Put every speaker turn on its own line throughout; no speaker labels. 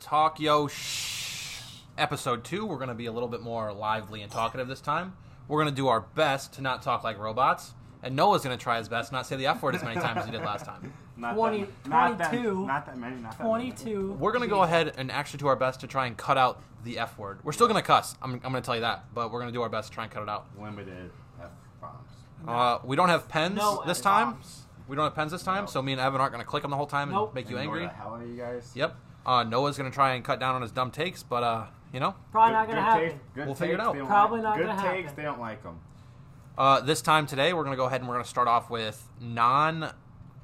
Talk Yo Shh episode two. We're going to be a little bit more lively and talkative this time. We're going to do our best to not talk like robots. And Noah's going to try his best not say the F word as many times as he did last time.
Not
20
that, not that-
22.
Not that many. Not that many.
22.
We're going to go ahead and actually do our best to try and cut out the F word. We're still going to cuss. I'm, I'm going to tell you that. But we're going to do our best to try and cut it out.
Limited F bombs.
Uh, we don't have pens
No
this
F
time.
bombs.
We don't have pens this time.
No.
So me and Evan aren't going to click them the whole time and
Nope.
make you
Ignore
angry.
The hell out of you guys.
Yep. Uh, Noah's going to try and cut down on his dumb takes. But, uh, you know,
Probably not gonna happen.
takes- good
We'll figure it
takes,
out.
they don't
Probably
like-
not
good
gonna
takes,
happen.
They don't like them.
Uh, this time today, we're going to go ahead and we're going to start off with non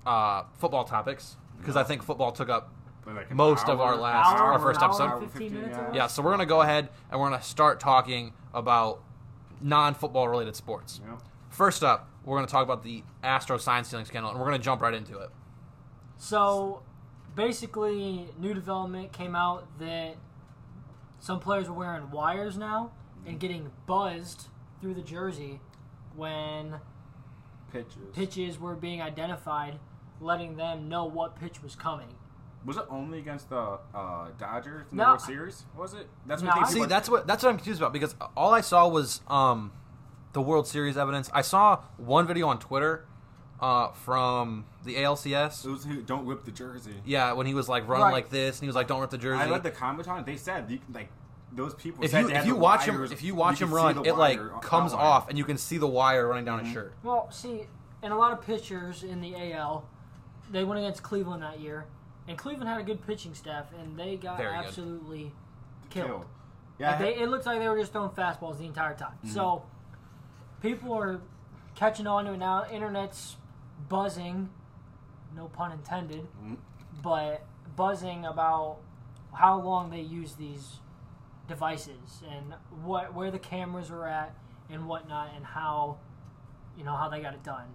uh, football topics because I think football took up. Most of our last-
Hour,
our first
hour
episode.
and 15 minutes
Yeah.
ago?
Yeah, so we're going to go ahead and we're going to start talking about non football related sports.
Yep.
First up, we're going to talk about the Astro sign stealing scandal and we're going to jump right into it.
So basically, new development came out that some players were wearing wires now and getting buzzed through the jersey when
Pitches.
pitches were being identified, letting them know what pitch was coming.
Was it only against the uh, Dodgers in
No.
the World Series? Was it? That's
No,
what
I-
they
See, that's what that's what I'm confused about because all I saw was um, the World Series evidence. I saw one video on Twitter uh, from the ALCS.
It was who don't whip the jersey.
Yeah, when he was like running
Right.
like this and he was like, "Don't rip the jersey."
I read the comment on it. They said you, like those people.
if
said
you
they
if
had
you
the
watch him
wires-
if you watch
can
him
see
run,
the
it like
wire on- Mm-hmm.
comes
outline.
off and you can see the wire running down his shirt.
Well, see, in a lot of pitchers in the AL, they went against Cleveland that year, and Cleveland had a good pitching staff, and they got
Very good.
absolutely
Kill.
killed.
Yeah,
Like, they, it looks like they were just throwing fastballs the entire time.
Mm-hmm.
So people are catching on to it now. Internet's buzzing, no pun intended,
Mhm.
but buzzing about how long they use these devices and what where the cameras are at and whatnot and how you know how they got it done.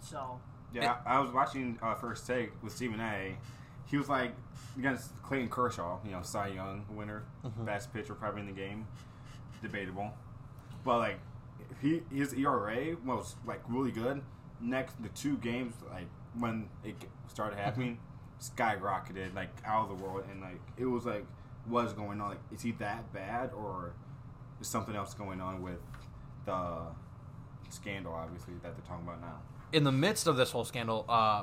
So
yeah. I was watching uh, first take with Stephen A. He was like against Clayton Kershaw, you know, Cy Young winner, best pitcher probably in the game, debatable, but like he his ERA was like really good. Next the two games like when it started happening, skyrocketed like out of the world, and like it was like what is going on? Like is he that bad or is something else going on with the scandal? Obviously that they're talking about now.
In the midst of this whole scandal, uh,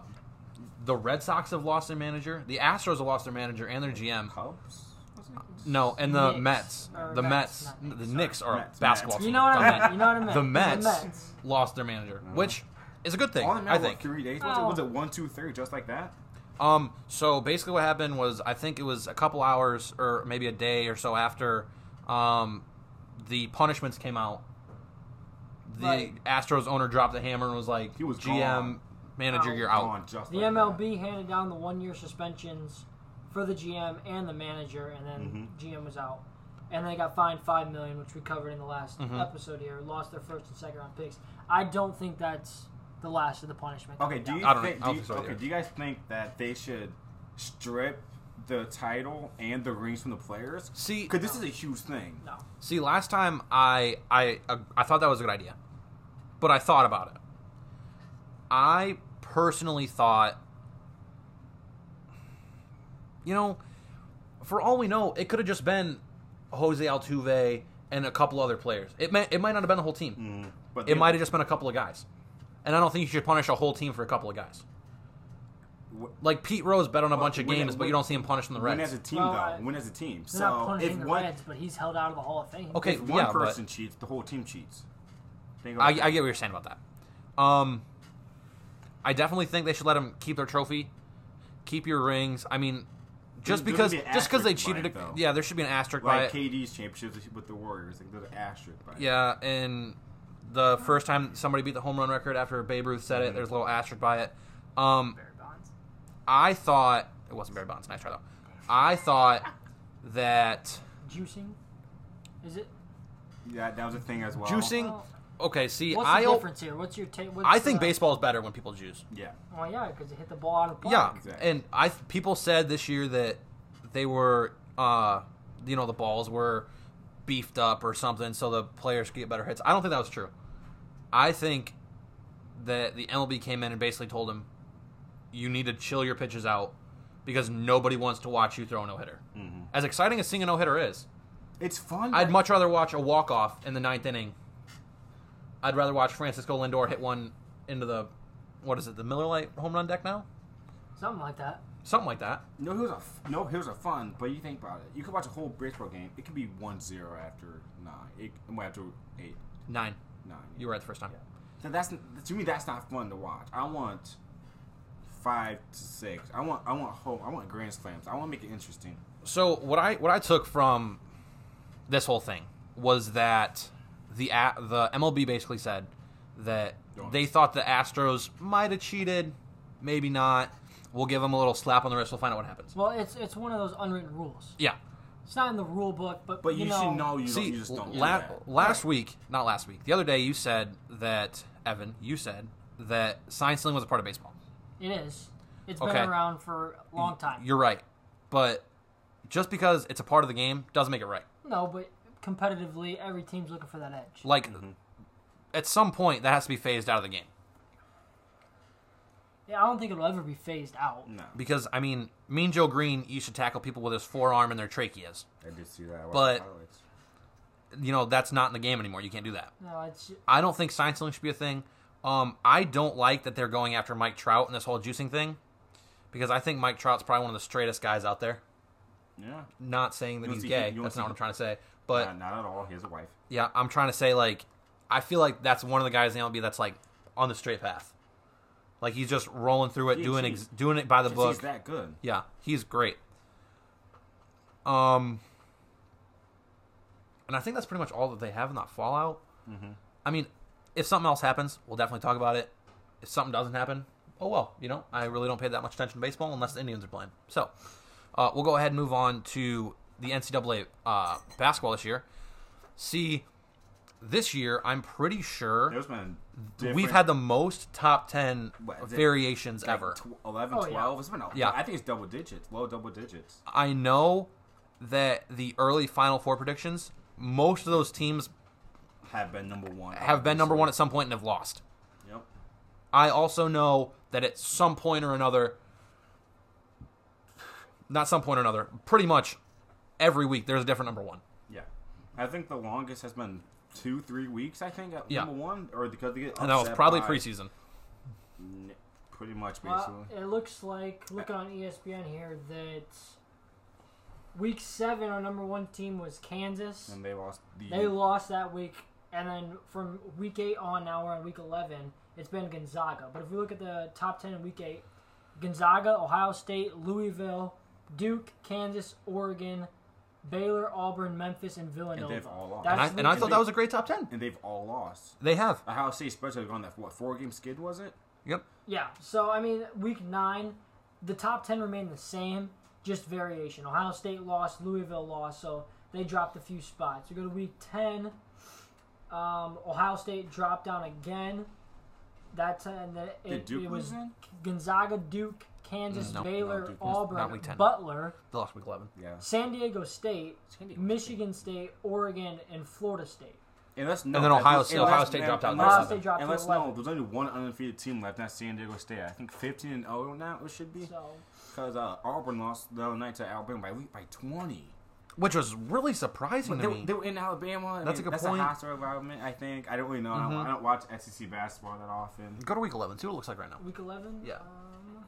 the Red Sox have lost their manager, the Astros have lost their manager and their GM.
Cubs? was it?
No, and the
Knicks.
Mets,
Or
the
Mets,
Mets,
not Knicks,
the Knicks are
Mets,
basketball.
Mets.
team.
you know what
The
I meant. You know what I
The
meant. The
Mets.
Mets.
Lost their manager, which is a good thing,
All in
I think.
three days. Was,
Oh.
it, was it one, two, three, just like that?
Um, so basically, what happened was I think it was a couple hours or maybe a day or so after um, the punishments came out. The
Right.
Astros owner dropped the hammer and was like,
He was
"GM
gone.
manager,
Out.
you're out."
Gone just
The
like
MLB handed down the one-year suspensions for the GM and the manager, and
Mm-hmm.
then GM was out, and they got fined five million, which we covered in the last
Mm-hmm.
episode here. Lost their first and second round picks. I don't think that's the last of the punishment.
That. Okay, do
coming
you
down.
I don't
think?
think- I don't
do you,
think so
okay,
either.
do you guys think that they should strip the title and the rings from the players?
See-
because this is a huge thing.
No,
See, last time I I uh, I thought that was a good idea, but I thought about it. I personally thought, you know, for all we know, it could have just been Jose Altuve and a couple other players. It might it might not have been the whole team.
But
It
the-
might have just been a couple of guys. And I don't think you should punish a whole team for a couple of guys.
Wh-
Like Pete Rose bet on a bunch of
when-
games, but you don't see him punished in the
When
Reds.
as a team,
Well,
though,
I-
when as a team.
they're
so
not punishing
if
the
one,
Reds, but he's held out of the Hall of Fame.
Okay,
if one
yeah, but-
person cheats, the whole team cheats. Think
I,
about
I
that.
get what you're saying about that. Um, I definitely think they should let them keep their trophy, keep your rings. I mean, just
There- there
because
should be an
just because they
asterisk by
cheated,
it, though.
yeah, there should be an asterisk by
like
it.
KD's championships with the Warriors, like there's an asterisk by it.
Yeah, and the first time somebody beat the home run record after Babe Ruth said
Mm-hmm.
it, there's a little asterisk by it. Um,
Barry Bonds.
I thought it wasn't Barry Bonds. Nice try though. I thought that
Juicing, is it?
Yeah, that was a thing as well.
juicing.
Well-
Okay, see,
What's
I
the difference here? What's your take?
I think baseball is better when people juice.
Yeah.
Well, yeah, because it hit the ball out of the
Yeah,
park.
Exactly.
and I people said this year that they were, uh, you know, the balls were beefed up or something, so the players could get better hits. I don't think that was true. I think that the MLB came in and basically told him, "You need to chill your pitches out because nobody wants to watch you throw a no hitter." As exciting as seeing a no hitter is,
It's fun.
I'd much rather watch a walk off in the ninth inning. I'd rather watch Francisco Lindor hit one into the what is it, the Miller Lite home run deck now,
Something like that.
something like that.
No, here's a f- no. Here's a fun. But you think about it. You could watch a whole baseball game. It could be 1-0 after nine. It well, after eight,
Nine.
nine.
You were right the first time.
Yeah. So that's to me. That's not fun to watch. I want five to six. I want. I want home. I want grand slams. I want to make it interesting.
So what I what I took from this whole thing was that the A- the MLB basically said that
Go on.
they thought the Astros might have cheated, maybe not. We'll give them a little slap on the wrist. We'll find out what happens.
Well, it's it's one of those unwritten rules.
Yeah.
It's not in the rule book, but
But you,
know,
should know. You,
See,
don't, you just don't. do
la-
that.
last week, not last week, the other day, you said that Evan, you said that sign stealing was a part of baseball.
it is. It's
Okay.
been around for a long time.
You're right, but just because it's a part of the game doesn't make it right.
no, but competitively, every team's looking for that edge.
Like,
Mm-hmm.
at some point, that has to be phased out of the game.
yeah, I don't think it'll ever be phased out.
No,
Because I mean, Mean Joe Green used to tackle people with his forearm and their tracheas.
I did see that. I watched
But-
the highlights.
You know that's not in the game anymore. You can't do that.
No, it's uh,
I don't think sign stealing should be a thing. Um, I don't like that they're going after Mike Trout and this whole juicing thing, because I think Mike Trout's probably one of the straightest guys out there.
yeah,
Not saying that
You
he's
see-
gay.
you
That's
see-
not what I'm trying to say. But
Nah, not at all. He has a wife.
yeah, I'm trying to say like, I feel like that's one of the guys in the MLB that's like on the straight path. Like he's just rolling through it,
Yeah,
doing
he's-
ex- doing it by the
Since
book.
He's that good.
Yeah, he's great. Um, and I think that's pretty much all that they have in that Fallout.
Mm-hmm.
I mean, if something else happens, we'll definitely talk about it. If something doesn't happen, oh well. You know, I really don't pay that much attention to baseball unless the Indians are playing. So, uh, we'll go ahead and move on to the NCAA uh, basketball this year. See, this year I'm pretty sure
There's been different,
we've had the most top ten
What, is it-
variations
like,
ever.
tw- 11,
Oh, yeah.
12. It's been a,
Yeah. Uh,
I think it's double digits, low double digits.
I know that the early Final Four predictions, most of those teams
Have been number one.
have been number one at some point and have lost.
Yep.
I also know that at some point or another, not some point or another, pretty much every week there's a different number one.
Yeah. I think the longest has been two, three weeks. I think at
Yeah.
number one, or because they get
And that was
upset
probably
by-
preseason.
n- Pretty much, basically.
Well, it looks like looking on E ESPN here that week seven, our number one team was Kansas.
and they lost the.
They lost that week, and then from week eight on, now we're on week eleven. It's been Gonzaga. But if we look at the top ten in week eight, Gonzaga, Ohio State, Louisville, Duke, Kansas, Oregon, Baylor, Auburn, Memphis, and Villanova.
they've all lost.
And I,
That's
and I
week
thought that
eight.
was a great top ten.
and they've all lost.
They have.
Ohio State, especially, gone that what four game skid was it?
Yep.
Yeah. So I mean, week nine, the top ten remained the same, just variation. Ohio State lost, Louisville lost, so they dropped a few spots. We go to week ten. Um, Ohio State dropped down again. That's uh, and then
Did
it,
Duke
it was
lose then?
Gonzaga, Duke, Kansas,
No,
no,
Baylor,
Duke was-
Auburn,
not week 10.
Butler,
They lost week eleven.
Yeah.
San Diego State,
San Diego State.
Michigan State, Oregon, and Florida State.
And, let's know,
then Ohio State-
let's-
Ohio State dropped out.
And
Ohio
let's,
State dropped
and
to
let's know
11.
there's only one undefeated team left. That's San Diego State. I think 15 and 0 now it should be
So
because uh, Auburn lost the other night to Alabama by by 20.
Which was really surprising to
They,
me.
they were in Alabama. I
That's
mean,
a good
that's
point. Mm-hmm.
a hostile environment. I think I don't really know. I, don't, I don't watch SEC basketball that often.
Go to week eleven. See what it looks like right now.
Week 11?
Yeah.
Um,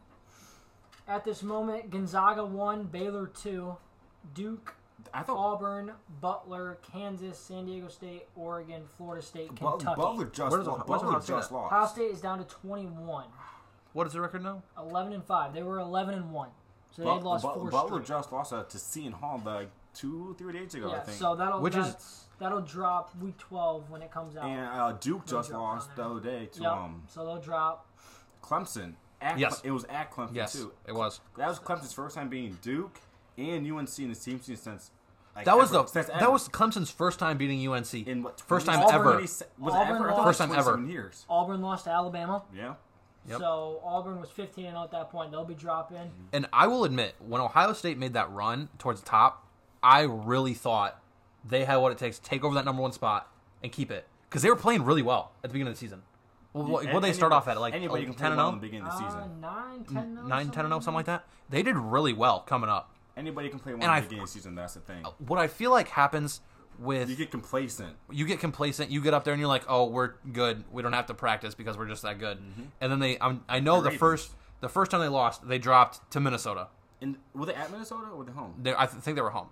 at this moment, Gonzaga 1, Baylor 2, Duke,
I thought
Auburn, Butler, Kansas, San Diego State, Oregon, Florida State,
Bu-
Kentucky.
Butler just
Where does-
lost.
where's
Butler
Ohio State
just
at?
lost.
Ohio State is down to 21,
What is the record now?
11 and 5. They were 11 and 1. So they
Bu-
had lost
Bu-
four
Butler
straight.
just lost uh, to Seton Hall like two, three days ago. I
yeah,
think.
so that'll
Which is-
that's, that'll drop week 12 when it comes out.
and uh, Duke just
dropped
lost the
down
other day to
Yep,
um,
so they'll drop.
Clemson. At
Yes.
Cle- it was at Clemson
Yes,
too.
it was.
That was Clemson's first time beating Duke and UNC in the same season since. Like,
That was
ever,
the
since
that
ever.
was Clemson's first time beating UNC.
in what
first time
20
ever.
Was it ever?
Auburn
I thought it was
First time ever.
27 Years.
Auburn lost to Alabama.
Yeah.
Yep.
So Auburn was 15 and 0 at that point. They'll be dropping.
And I will admit, when Ohio State made that run towards the top, I really thought they had what it takes to take over that number one spot and keep it because they were playing really well at the beginning of the season. Well, what
An-
what'd they start
anybody-
off at like
anybody
oh,
can play
10 and
well in the
0,
beginning of the
Uh,
season.
9, 10 0.
oh, 9, 10 and 0, something like that. They did really well coming up.
Anybody can play one
And I-
big game season. That's the thing.
What I feel like happens with
You get complacent.
you get complacent. You get up there and you're like, "Oh, we're good. We don't have to practice because we're just that good."
Mm-hmm.
And then they, I'm, I know
The
the
Ravens.
first, the first time they lost, they dropped to Minnesota.
And were they at Minnesota or were they home?
They, I th- think they were home.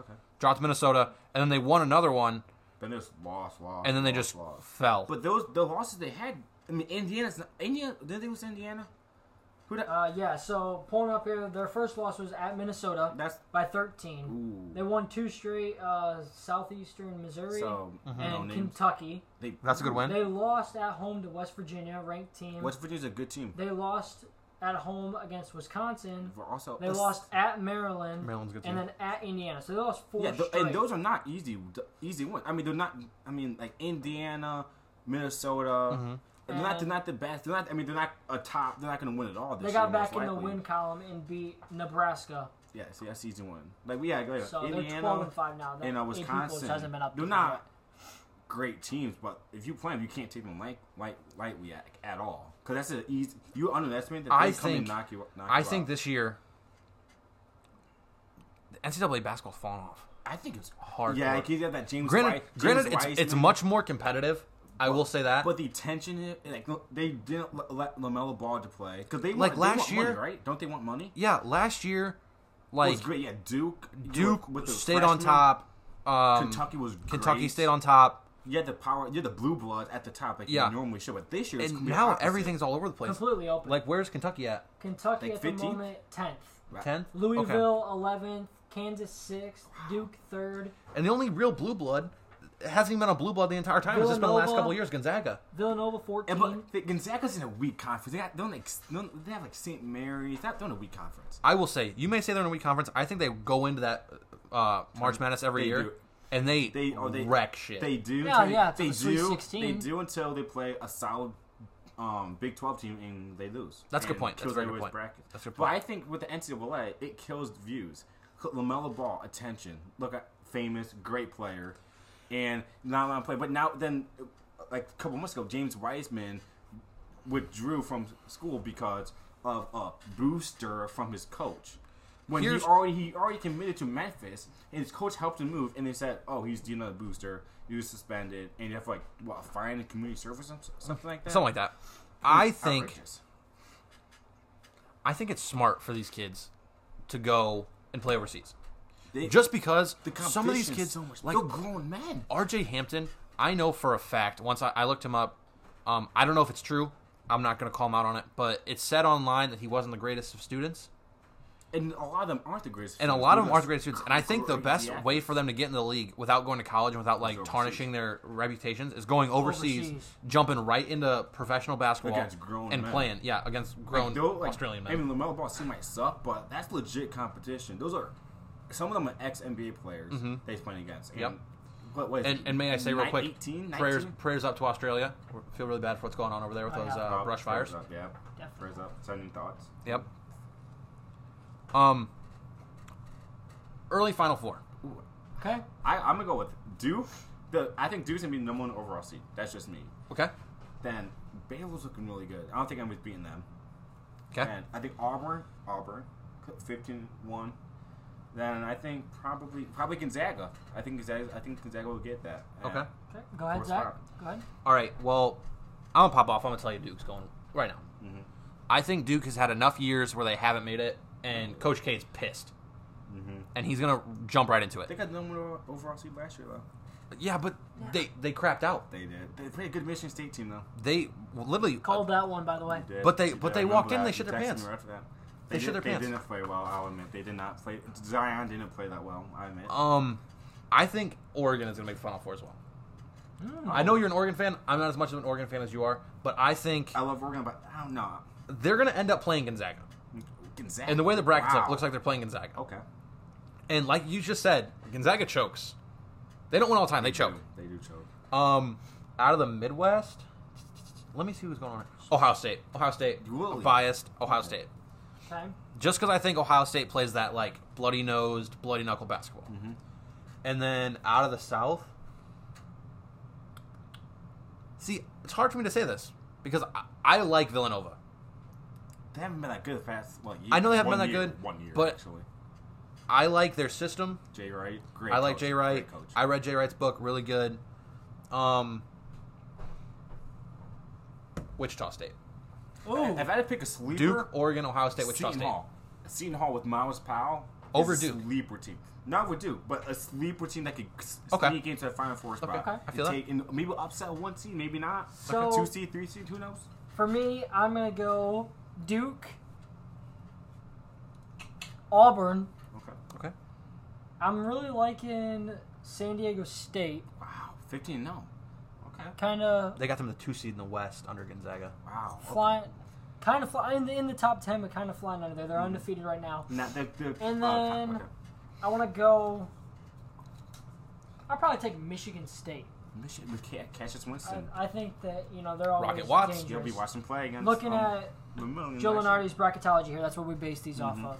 Okay.
Dropped to Minnesota, and then they won another one,
Then there's lost, lost,
and then they
lost,
just
lost.
fell.
But those the losses they had. I mean, Indiana's not, Indiana. Did they was Indiana? Who the,
Uh, yeah, so pulling up here, their first loss was at Minnesota
That's
by 13.
Ooh.
They won two straight, uh, Southeastern Missouri
so. No
and
names.
Kentucky.
They,
Mm-hmm. That's a good win.
They lost at home to West Virginia, ranked team.
West Virginia's a good team.
They lost at home against Wisconsin.
But also,
They
us-
lost at Maryland.
Maryland's a good
And
team.
then at Indiana. So they lost four
Yeah, th-
straight.
and those are not easy, th- easy wins. I mean, they're not. I mean, like Indiana, Minnesota.
Mm-hmm.
They're not. They're not the best. They're not. I mean, they're not a top. They're not going to win at all. This
they got
year, most
back in the
likely.
win column and beat Nebraska.
Yeah, see, that's easy one. Like we had like,
So they're 12
Indiana
and 5 now. That
and uh,
AP polls
Wisconsin.
hasn't been up
they're
to
not
yet.
great teams, but if you play them, you can't take them light, light, lightly at, at all. Because that's an easy. You underestimate that they
I
come and
think-
knock you. Knock
I
you
think
out.
this year, the NCAA basketball's fallen off
I think it's.
hard.
Yeah, like he's got that James.
granted,
Wise, James
granted, it's, it's
Wiseman.
much more competitive. I will say that.
But the tension, is- like no- they didn't l- let Lamelo Ball to play because they
Like
want,
last
they want
year-
money, right? Don't they want money?
yeah, last year,
It
like
was great. Yeah, Duke,
Duke
with the
stayed on
freshmen.
top. Um,
Kentucky was
Kentucky
great.
stayed on top,
You had the power. You had the blue bloods at the top, like
Yeah.
you normally should. But this year, it's
and
complete
now
opposite.
everything's all over the place.
Completely open.
Like, where's Kentucky at?
Kentucky
like
at the
15th?
moment, 10th.
Right.
Tenth,
Louisville, 11th. Kansas, 6th. Duke, 3rd.
And the only real blue blood it hasn't even been a blue blood the entire time. It's just been the last
Villanova.
couple of years. Gonzaga.
Villanova, 14.
And, but the- Gonzaga's in a weak conference. They got they don't, like, s- don't- they have like St. Mary's. They're in a weak conference.
I will say, you may say they're in a weak conference. I think they go into that uh, March Madness every
They
year,
do.
and they,
They oh they
wreck shit.
They do.
Yeah,
until
yeah,
They,
it's
they
a Sweet
do.
16.
They do until they play a solid um, Big Twelve team and they lose.
That's a good
And
point. That's
kills
a very good
everybody's
point.
bracket.
That's a good
But
point.
I think with the NCAA, it kills views. Lamella Ball, attention. Look at famous, great player, and not a lot of play. But now then, like a couple months ago, James Wiseman withdrew from school because of a booster from his coach. When
Here's-
he already he already committed to Memphis, and his coach helped him move, and they said, "Oh, he's dealing with a booster. He was suspended, and you have to, like what a fine and community service or some- something like that."
Something like that. I
It's
think
outrageous.
I think it's smart for these kids to go and play overseas,
They-
just because
the
some of these
competition's
kids,
so much,
like
they're grown men.
RJ Hampton, I know for a fact. Once I, I looked him up, um, I don't know if it's true. I'm not going to call him out on it, but it said online that he wasn't the greatest of students,
and a lot of them aren't the greatest.
and a
fans.
lot of
They're
them aren't
just
the greatest students. And I think the
crazy
best
athletes.
way for them to get in the league without going to college and without like
overseas.
tarnishing their reputations is going overseas,
Overseas.
jumping right into professional basketball
Against grown
and
men.
playing. Yeah, against grown
They'll, like,
Australian
I
men.
mean, Lamelo Ball seem might suck, but that's legit competition. Those are some of them are ex NBA players that he's playing against. And
Mm-hmm. Yep.
What, what is
And,
it,
and may I say real
nine-
quick,
18,
prayers
19?
prayers up to Australia. We feel really bad for what's going on over there with
Oh,
those
yeah.
uh,
Oh,
brush
prayers
fires.
Up, yeah,
Definitely.
prayers up. Sending thoughts.
Yep. Um. Early Final Four.
Ooh,
okay.
I, I'm gonna go with Duke. The I think Duke's gonna be the number one overall seed. That's just me.
Okay.
Then Baylor's looking really good. I don't think I'm just beating them.
Okay.
And I think Auburn, Auburn, 15-1. Then I think probably probably Gonzaga. I think Gonzaga. I think Gonzaga will get that. And
Okay.
Okay. Go ahead,
Fourth
Zach.
round.
Go ahead.
All right. Well, I'm gonna pop off. I'm gonna tell you Duke's going right now. I think Duke has had enough years where they haven't made it, and Coach K is pissed, and he's gonna jump right into
They
it.
got the number one overall seed last year though.
Yeah, but they they crapped out.
They did. They played a good Michigan State team though.
They literally uh,
Called that one, by the way.
They did.
But they-
did.
but
I
they
remember
walked in,
that.
they shit
You
their
texted me
pants.
right after that.
They shit
did-
their pants.
They didn't play well. I'll admit they did not play. Zion didn't play that well. I admit.
Um, I think Oregon is going to make Final Four as well. I know you're an Oregon fan. I'm not as much of an Oregon fan as you are, but I think
I love Oregon, but I don't know.
they're going to end up playing Gonzaga.
Gonzaga.
And the way the brackets
wow. Oh.
look, looks like they're playing Gonzaga.
Okay.
And like you just said, Gonzaga chokes. They don't win all the time. They choke.
They do choke.
Um, out of the Midwest, let me see who's going on. Ohio State. Ohio State.
Really?
Biased. Ohio State.
Okay.
just because I think Ohio State plays that like bloody nosed, bloody knuckle basketball. And then out of the South, see, it's hard for me to say this because I, I like Villanova.
They haven't been that good the past. What, year?
I know they haven't
One
been that
year.
good,
One year,
but-
actually.
I like their system.
Jay Wright, great.
I like
coach,
Jay Wright.
Great coach.
I read Jay Wright's book, really good. Um, Wichita State,
Ooh,
if I had to pick a sleeper,
Duke, Oregon, Ohio State, Wichita
Seton
State.
Hall. Seton Hall with Miles Powell. is
Over
a
Duke.
Sleeper team. Not over Duke, but a sleeper team that could s-
Okay.
sneak into a Final Four spot.
Okay, I
And
feel that.
take, and maybe upset one seed, maybe not.
So-
two seed, three seed, who knows?
for me, I'm gonna go Duke, Auburn.
Okay.
Okay.
I'm really liking San Diego State.
Wow. 15 no. Okay.
Kind of
They got them the two seed in the West under Gonzaga.
Wow. okay.
flying, kind of flying in the, in the top ten, but kind of flying under there.
Hmm.
They're undefeated right now.
Not the, the,
And
oh,
then-
okay.
I want to go. I'll probably take Michigan State.
Michigan with Ca- Cassius
I,
Winston.
I think that you know they're always
Rocket Watts.
dangerous.
You'll be watching play against.
Looking
um,
at
Vermillion
Joe
next year.
Lenardi's bracketology here, that's what we base these off of.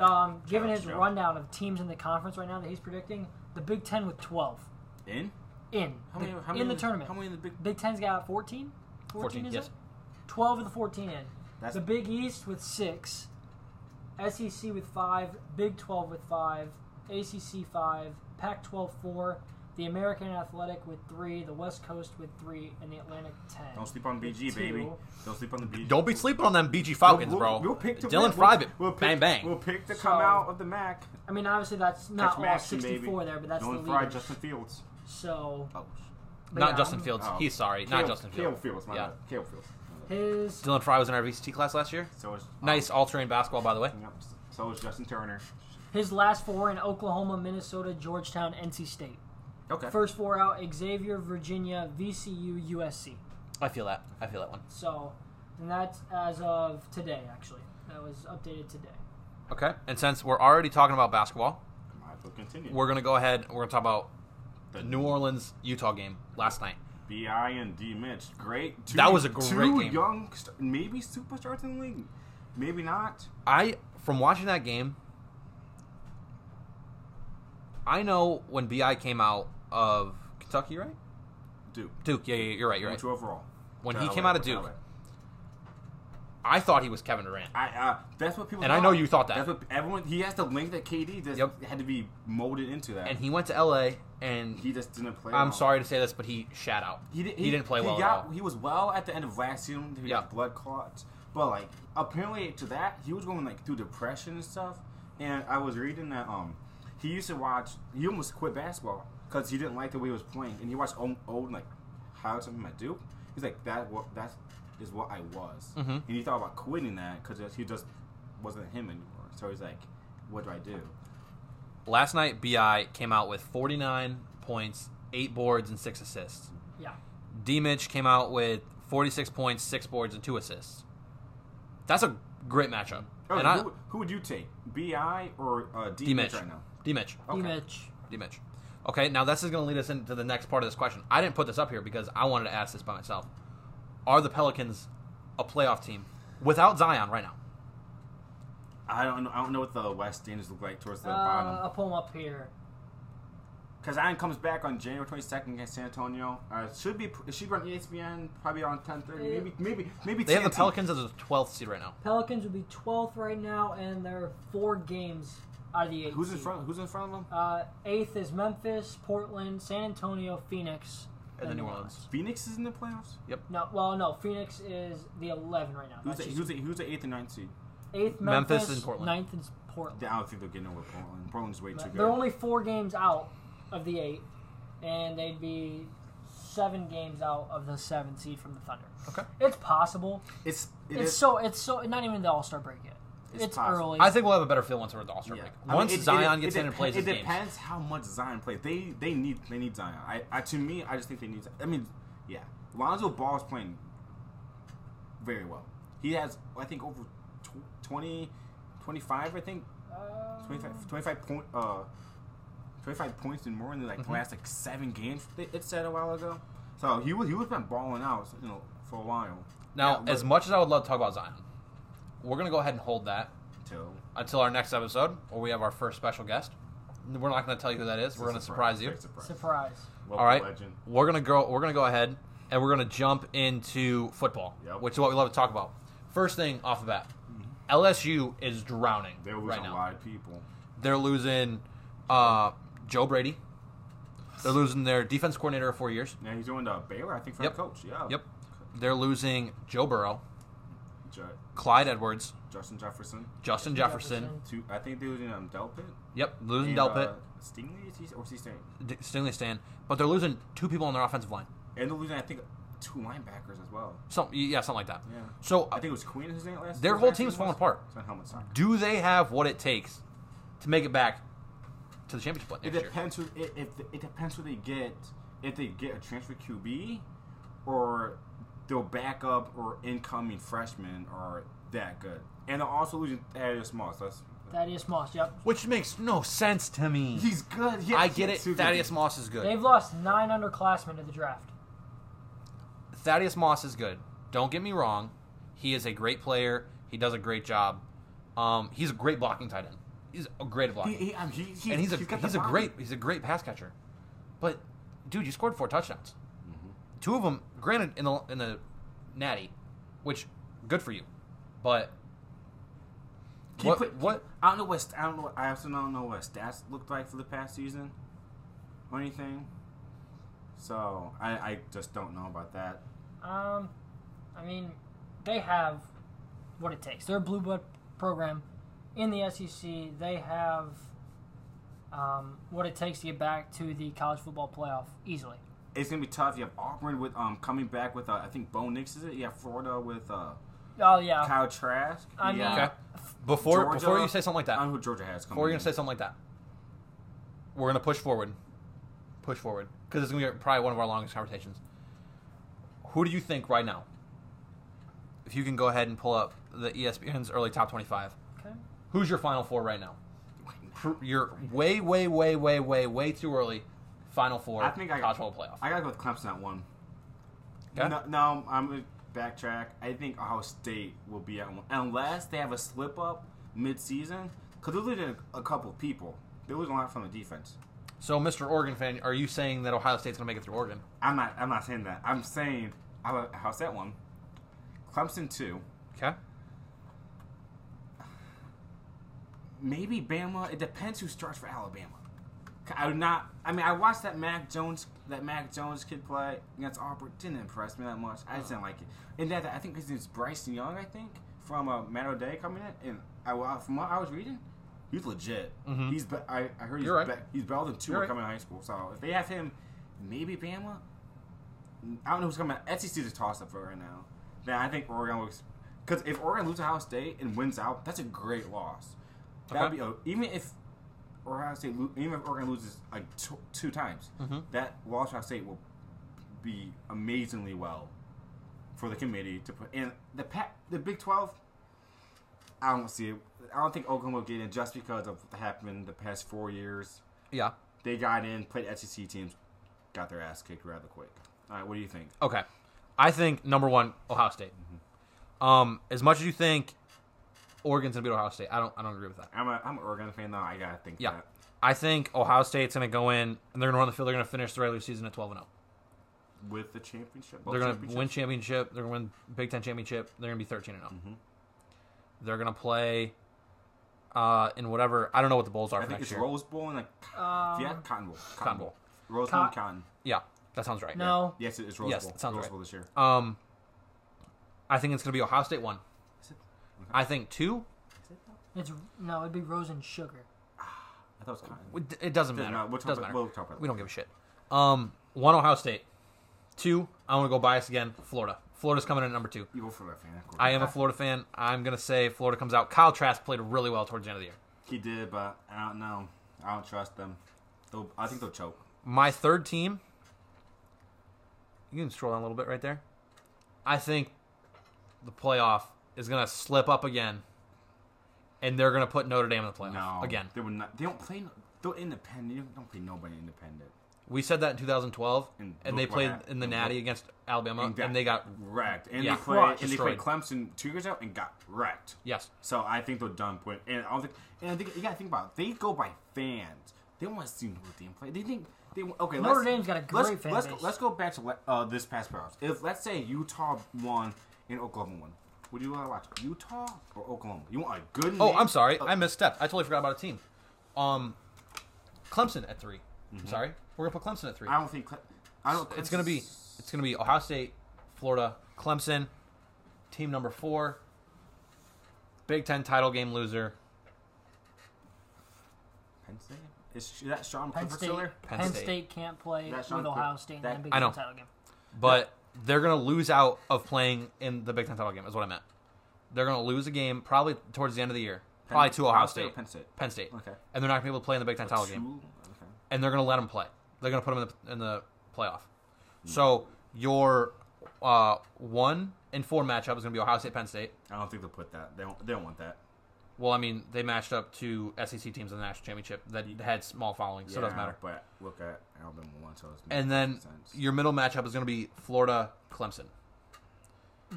Um, given
Mm-hmm. out
his
to Joe.
rundown of teams in the conference right now that he's predicting, the Big Ten with twelve
in
in
how
the,
many, how
in
many
the tournament.
How many in the big?
Big Ten's got 14? 14,
14,
is
yes.
it? 12 of the 14 in.
That's
the Big East with 6, SEC with 5, Big 12 with 5, ACC 5, Pac 12 4, the American Athletic with 3, the West Coast with 3, and the Atlantic 10.
Don't sleep on BG, baby.
Two.
Don't sleep on the BG.
Don't be sleeping on them BG Falcons,
We'll-
bro.
we'll- We'll pick to
Dylan
win.
Private,
We'll, we'll
bang
pick,
bang.
We'll pick to
So-
come out of the MAC.
I mean, obviously, that's
Catch
not all
Maxson,
64
baby.
there, but that's
Don't
the
fry
leaders.
Justin Fields.
So,
Oh,
but
Not
yeah,
Justin
I'm-
Fields.
Oh.
He's sorry. Not Justin
Caleb
Fields.
Fields, my
Yeah.
bad. Caleb Fields.
His
Dylan Fry was in our VCT class last year.
So is
Nice all-terrain basketball, by the way.
Yep. So is Justin Turner.
his last four in Oklahoma, Minnesota, Georgetown, NC State.
Okay.
First four out: Xavier, Virginia, VCU, USC.
I feel that. I feel that one.
So, and that's as of today, actually. That was updated today.
Okay. And since we're already talking about basketball,
Might as well continue.
we're gonna go ahead. We're gonna talk about
the
the New Orleans Utah game last night.
Bi and D Mitch. Great. Two,
That was a great
two
game.
young, st- maybe superstars in the league. Maybe not.
I from watching that game, I know when Bi came out of Kentucky, right?
Duke.
Duke. Yeah, yeah, yeah, you're right. You're
Number
right.
two overall.
When
Shout
he
out
came
Wade,
out of
shout
Duke.
Wade.
I thought he was Kevin Durant.
I, uh, that's what people.
And I know you thought that.
That's what everyone. He has the link that KD just
Yep.
had to be molded into that.
And he went to LA, and
he just didn't play.
I'm
well.
sorry to say this, but he shat out. He,
di-
didn't play
he
well
got-
at all.
He was well at the end of last season. He
Yeah.
had blood clots, but like apparently to that he was going like through depression and stuff. And I was reading that um he used to watch. He almost quit basketball because he didn't like the way he was playing, and he watched old, old like highlights of him at Duke. He's like that. What that is what I was,
Mm-hmm.
and he thought about quitting that because he just wasn't him anymore. So he's like, what do I do?
Last night, Bi came out with 49 points, eight boards, and six assists.
Yeah.
D Mitch came out with 46 points, six boards, and two assists. That's a great matchup.
Oh,
and I,
who, who would you take, Bi or uh, D,
D
Mitch
Mitch.
right now?
D Mitch.
Okay.
Image.
D Mitch. Okay, now this is going to lead us into the next part of this question. I didn't put this up here because I wanted to ask this by myself. Are the Pelicans a playoff team without Zion right now?
I don't know. I don't know what the West standings look like towards the
Uh, I'll
bottom.
pull him up here.
Because Allen comes back on January 22nd against San Antonio. Uh, it should be it should be on E ESPN probably on 10:30.
Yeah.
Maybe maybe maybe
They have the
TNT.
Pelicans as a 12th seed right now.
Pelicans would be 12th right now, and they're four games out of the eight.
Who's in
seed.
front? Who's in front of them?
Uh, eighth is Memphis, Portland, San Antonio, Phoenix,
And the New Orleans.
Phoenix is in the playoffs.
No, well, no. Phoenix is the 11 right now.
Who's
That's
the,
just-
who's the, who's the eighth and ninth seed?
Eighth
Memphis
Memphis,
and Portland.
Ninth is Portland.
I don't think they're getting over Portland. Portland's way too good.
They're only four games out of the eight, and they'd be seven games out of the seven seed from the Thunder.
Okay.
It's possible.
it's it
it's
is-
so it's so not even the All Star break yet.
It's
It's,
possible.
early.
I think we'll have a better feel once we're at the All Star
Yeah.
break.
I mean,
Once
it- it-
Zion
it
gets in and
dep-
plays his
it
games.
depends how much Zion plays. They they need they need Zion. I, I to me I just think they need. I mean, yeah, Lonzo Ball is playing very well. He has I think over tw- 20, 25, I think
Uh,
25, 25 point uh. 25 points and more in
Mm-hmm.
like the last like seven games. they- It said a while ago, so he was he was been balling out, you know, for a while.
Now,
Yeah,
as
but-
much as I would love to talk about Zion, we're gonna go ahead and hold that
till
until our next episode, where we have our first special guest. We're not gonna tell you who that is. We're gonna surprise you.
Big Surprise.
surprise.
Local
All right,
legend.
we're gonna go. We're gonna go ahead and we're gonna jump into football,
Yep. Mm-hmm.
which is what we love to talk about. First thing off the bat, LSU is drowning
They're losing
right
a
now.
lot of people.
They're losing uh, Joe Brady. They're losing their defense coordinator for four years.
Yeah, he's going to Baylor, I think, for
Yep.
the coach. Yeah.
Yep. They're losing Joe Burrow,
Ju-
Clyde Edwards,
Justin Jefferson.
Justin Jefferson.
Two, I think they was in um, Delpit.
Yep, losing
and,
Delpit,
Uh, Stingley is he, or is he staying?
D- Stingley Stan, but they're losing two people on their offensive line.
And they're losing, I think, two linebackers as well.
Some yeah, something like that.
Yeah.
So
I think it was Queen who's name last.
Their
whose
whole
last
team's
name
falling
was?
apart.
It's on helmet soccer.
do they have what it takes to make it back to the championship
It
next year?
depends who it, if it depends who they get if they get a transfer QB or their backup or incoming freshmen are that good. And they're also losing Thaddeus Moss. That's
Thaddeus Moss. Yep.
Which makes no sense to me.
he's good. He-
I
he-
get it.
he's good.
Thaddeus Moss is good.
They've lost nine underclassmen to the draft.
Thaddeus Moss is good. Don't get me wrong. He is a great player. He does a great job. Um, he's a great blocking tight end. He's a great at
He,
blocking.
he, I mean, he, he,
and he's a
he's,
he's,
got the
a
body.
great he's a great pass catcher. But dude, you scored four touchdowns.
Mm-hmm.
Two of them, granted, in the in the Natty, which good for you, but
Can you
what
put-
what
I don't know what st- I don't know. I also don't know what stats looked like for the past season or anything. So I, I just don't know about that.
Um, I mean, they have what it takes. They're a blue blood program in the SEC. They have um, what it takes to get back to the college football playoff easily.
It's gonna be tough. You have Auburn with um coming back with uh, I think Bo Nix is it. You have Florida with uh
Oh yeah,
Kyle Trask.
I
You
mean-
got
okay before
Georgia.
before you say something like
I
that,
don't know who Georgia has coming.
before you're
in.
gonna say something like that, we're gonna push forward, push forward because it's gonna be probably one of our longest conversations. Who do you think right now? If you can go ahead and pull up the E ESPN's early top twenty-five,
okay.
who's your final four right now? Pr- You're way, way, way, way, way, way too early. Final four.
I think I
college football playoff.
I gotta go with Clemson at one.
Okay.
No, no, I'm gonna backtrack. I think Ohio State will be at one unless they have a slip up mid season because they're losing a, a couple of people. They're losing a lot from the defense.
so, Mr. Oregon fan, are you saying that Ohio State's gonna make it through Oregon?
I'm not. I'm not saying that. I'm saying Ohio Ohio State one, Clemson two,
Okay.
maybe Bama. It depends who starts for Alabama. I would not. I mean, I watched that Mac Jones that Mac Jones kid play against Auburn. Didn't impress me that much. I just didn't like it. And that I think his name's Bryson Young. I think from uh, Matt O'Day coming in, and I, well, from what I was reading, he's legit.
Mhm.
He's be- I, I heard he's
You're right.
be- he's better than 2
You're right.
coming out of high school. So if they have him, maybe Bama. I don't know who's coming. out. SEC is a toss up for right now. Then I think Oregon looks because if Oregon loses to Ohio State and wins out, that's a great loss. That'd
Okay.
be a, even if Ohio State lo- even if Oregon loses like two, two times,
Mhm.
that loss to Ohio State will be amazingly well for the committee to put in the Pac, the Big Twelve. I don't see it. I don't think Oregon will get in just because of what happened the past four years.
Yeah.
They got in, played SEC teams, got their ass kicked rather quick. All right, what do you think?
Okay. I think number one, Ohio State.
Mm-hmm.
Um, as much as you think Oregon's gonna beat Ohio State, I don't I don't agree with that.
I'm a I'm an Oregon fan though. I gotta think
Yeah.
that.
I think Ohio State's gonna go in and they're gonna run the field, they're gonna finish the regular season at twelve and 0.
with the championship.
They're
going
gonna win championship, they're gonna win Big Ten championship, they're gonna be thirteen and 0
Mhm.
They're gonna play uh, in whatever I don't know what the bowls are
I
for
think
next
it's
year.
Rose Bowl and like
Um,
yeah, Cotton Bowl. Cotton,
Cotton
Bowl.
Bowl.
Rose
Co-
Bowl, and Cotton.
Yeah, that sounds right.
No.
Yes, it is Rose
Yes,
Bowl.
that sounds
Rose
right.
Bowl this year.
Um, I think it's gonna be Ohio State one.
Is it-
I think two.
It's no, it'd be Rose and Sugar.
I thought it was Cotton.
It- It doesn't matter.
Doesn't matter. We'll talk
doesn't
about-
matter.
we'll talk about
We don't give a shit. Um, one Ohio State, two. I want to go bias again. Florida. Florida's coming in at number two.
You go for that fan. of course.
I am a Florida fan. I'm gonna say Florida comes out. Kyle Trask played really well towards the end of the year.
He did, but I don't know. I don't trust them. They'll, I think they'll choke.
My third team. You can scroll down a little bit right there. I think the playoff is gonna slip up again, and they're gonna put Notre Dame in the playoff
No,
again.
they would not. They don't play. no- They're independent. You don't play nobody independent.
We said that in 2012, and,
And
they
look what
played
happened.
in the
And
Natty
look-
against Alabama, Uh, and,
got
they got
wrecked. And
Yeah.
they played.
Crushed.
And they played
Destroyed.
Clemson two years out and got wrecked.
yes.
So I think they're done with. And I don't think. And I think you gotta think about. It. They go by fans. They want to see Notre Dame play. They think they okay.
Notre
let's,
Dame's got a great
let's,
fan
let's
base.
Go, let's go back to le- uh, this past playoffs. If let's say Utah won and Oklahoma won, would you rather watch Utah or Oklahoma? You want a good?
Oh,
name?
I'm sorry,
Uh,
I misstepped. I totally forgot about a team. Um, Clemson at 3 i I'm sorry, we're gonna put Clemson at three.
Mm-hmm. I don't think. Cle- I don't.
it's gonna be it's gonna be Ohio State, Florida, Clemson, team number four, Big Ten title game loser,
Penn State. Is that Sean
Penn
Clifford
State,
still there?
Penn
Penn,
State.
State. can't play
That's
with
not good.
Ohio State in
That-
that Big
I
Ten
know.
title game.
but they're gonna lose out of playing in the Big Ten title game. Is what I meant. They're gonna lose a game probably towards the end of the year, probably to Ohio
Ohio State or
State,
Penn State?
Penn State,
Okay.
and they're not gonna be able to play in the Big Ten title game.
Two? Okay.
and they're going to let them play. They're going to put them in the, in the playoff. So your uh, one and four matchup is going to be Ohio State, Penn State.
I don't think they'll put that. They don't. They don't want that.
Well, I mean, they matched up to SEC teams in the national championship that had small following, so it doesn't
Yeah,
matter.
But look at Alabama one, so it's
And then your middle matchup is going to be Florida, Clemson.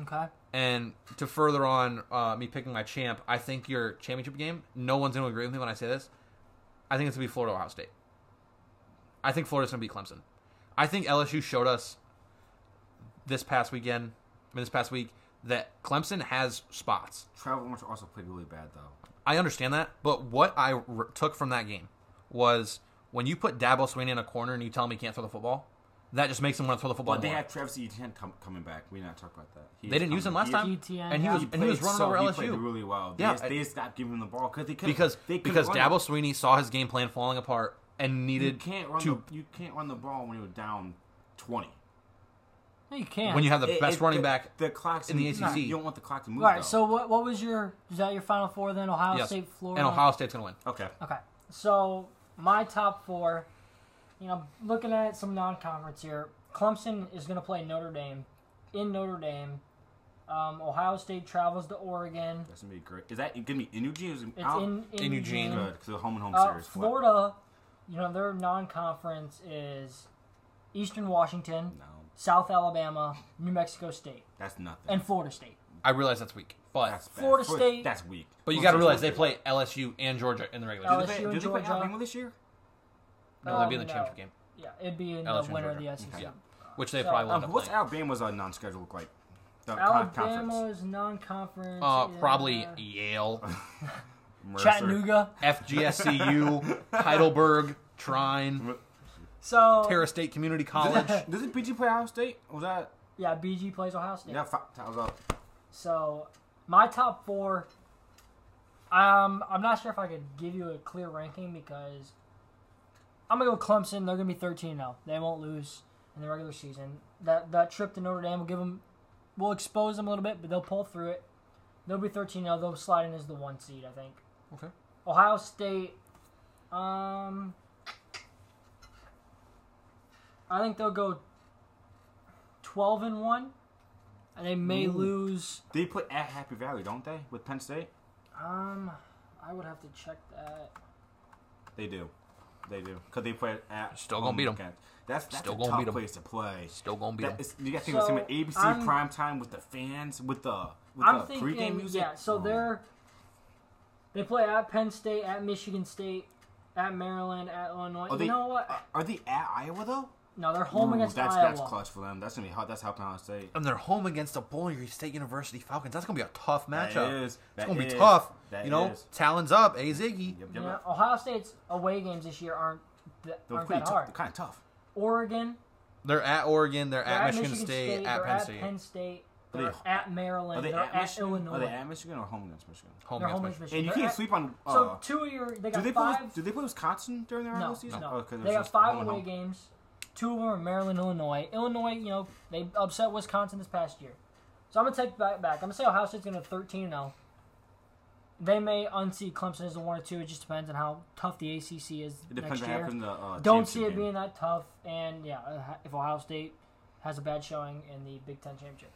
Okay.
And to further on uh, me picking my champ, I think your championship game, no one's going to agree with me when I say this. I think it's going to be Florida Ohio State. I think Florida's going to beat Clemson. I think LSU showed us this past weekend, I mean, this past week, that Clemson has spots.
Travel Lawrence also played really bad though.
I understand that, but what I r- took from that game was when you put Dabo Sweeney in a corner and you tell him he can't throw the football, that just makes him want to throw the football.
But they
more.
had Travis Etienne com- coming back. We did not talk about that. He
They
is
didn't use him
coming-
last time,
ETN,
and he
yeah.
was
He
and he was
played
running
so-
over
he
LSU.
played really well. They
Yeah,
just, they just stopped giving him the ball because they couldn't.
because
they couldn't
because
run
Dabo
it.
Sweeney saw his game plan falling apart and
you
needed
can't run.
to
the, you can't run the ball when you're down twenty.
No, you can't.
when you have the
It-
best
it-
running
the-
back.
The clock's
in the
it's not-
ACC.
You don't want the clock to move.
All right.
though.
So what? What was your? Is that your final four then? Ohio
yes,
State, Florida,
and Ohio State's gonna win.
okay,
Okay. So my top four, you know, looking at some non-conference here, Clemson is going to play Notre Dame in Notre Dame. Um, Ohio State travels to Oregon.
that's gonna be great. Is that gonna be in Eugene? Is it
It's
out?
in, in
in Eugene.
Eugene.
good because the home and home
Uh,
series.
Florida, you know, their non-conference is Eastern Washington,
No,
South Alabama, New Mexico State,
that's nothing.
and Florida State.
I realize that's weak, but
that's bad.
Florida State-
That's weak.
but you got
Florida
to
State's
realize they
weak.
play LSU and Georgia in the regular.
Do
season.
they,
LSU
do
and
they play
Georgia.
Alabama this year?
No, they'd be in the
Um, no.
championship game,
Yeah, it'd be in
LSU
the
and
winner of
Georgia.
the E SEC.
Yeah. which they
So-
probably will
Um,
end up
what's
playing.
Alabama's uh, non-schedule look like? The con- conference.
Alabama's non-conference.
Uh,
is,
probably
uh,
Yale,
Mercer.
Chattanooga.
FGSCU, Heidelberg, Trine,
So
Terra State Community
Does
College.
it, does it PG play Ohio State? Was that
yeah, BG plays Ohio State.
yeah? Five, that was up.
So my top four. Um, I'm not sure if I could give you a clear ranking because I'm gonna go Clemson. They're gonna be 13 0. They won't lose in the regular season. That that trip to Notre Dame will give them, will expose them a little bit, but they'll pull through it. They'll be 13 0. They'll slide in as the one seed, I think.
Okay.
Ohio State. Um, I think they'll go 12 and one, and they may
Ooh.
lose.
They play at Happy Valley, don't they? With Penn State,
Um, I would have to check that.
they do. They do because they play at.
Still gonna
home
beat 'em.
against- That's that's
Still
a
gonna
tough
beat 'em.
place to play.
Still gonna beat
That
them.
is, you got to think of
So,
some ABC
I'm-
prime time with the fans, with the with
I'm
the pregame
thinking,
music.
yeah. So
Oh.
they're they play at Penn State, at Michigan State, at Maryland, at Illinois.
Are
you
Oh, they-
know what?
are- Are they at Iowa though?
No, they're home
Ooh,
against
that's
Iowa.
that's clutch for them. That's gonna be hot. That's helping Ohio State.
and they're home against the Bowling Green State University Falcons. That's gonna be a tough matchup.
That is.
it's
That
gonna
is.
be tough.
That
you know,
is.
talons up, a Ziggy.
Yep, yep,
Yeah,
yep.
Ohio State's away games this year aren't that,
They're
aren't
pretty
that
tough.
hard.
They're kind of tough.
Oregon,
They're at Oregon. They're,
they're
at, Michigan, State, At
they're
Penn
at
State.
Penn State,
Are they-
they're at
Are
Maryland,
they
they're
at,
at
Michigan?
Illinois.
Are they at Michigan or home against Michigan?
Home
They're
against Michigan.
home against Michigan.
And you
They're
can't
at-
sleep on. Uh,
So two of your they
do
got
they
five.
play? Do they play Wisconsin during their
No,
regular season?
no.
Oh, 'cause
they
it was
got
just
five
home and
away
home.
games. Two of them are Maryland, Illinois. Illinois, you know, they upset Wisconsin this past year. So I'm gonna take that back. I'm gonna say Ohio State's gonna 13 0. oh. They may unseat Clemson as a one or two. It just depends on how tough the ACC is
It depends
next
what
year.
happens. in The, uh,
Don't
championship
see it
game.
being that tough. And yeah, uh, if Ohio State has a bad showing in the Big Ten championship,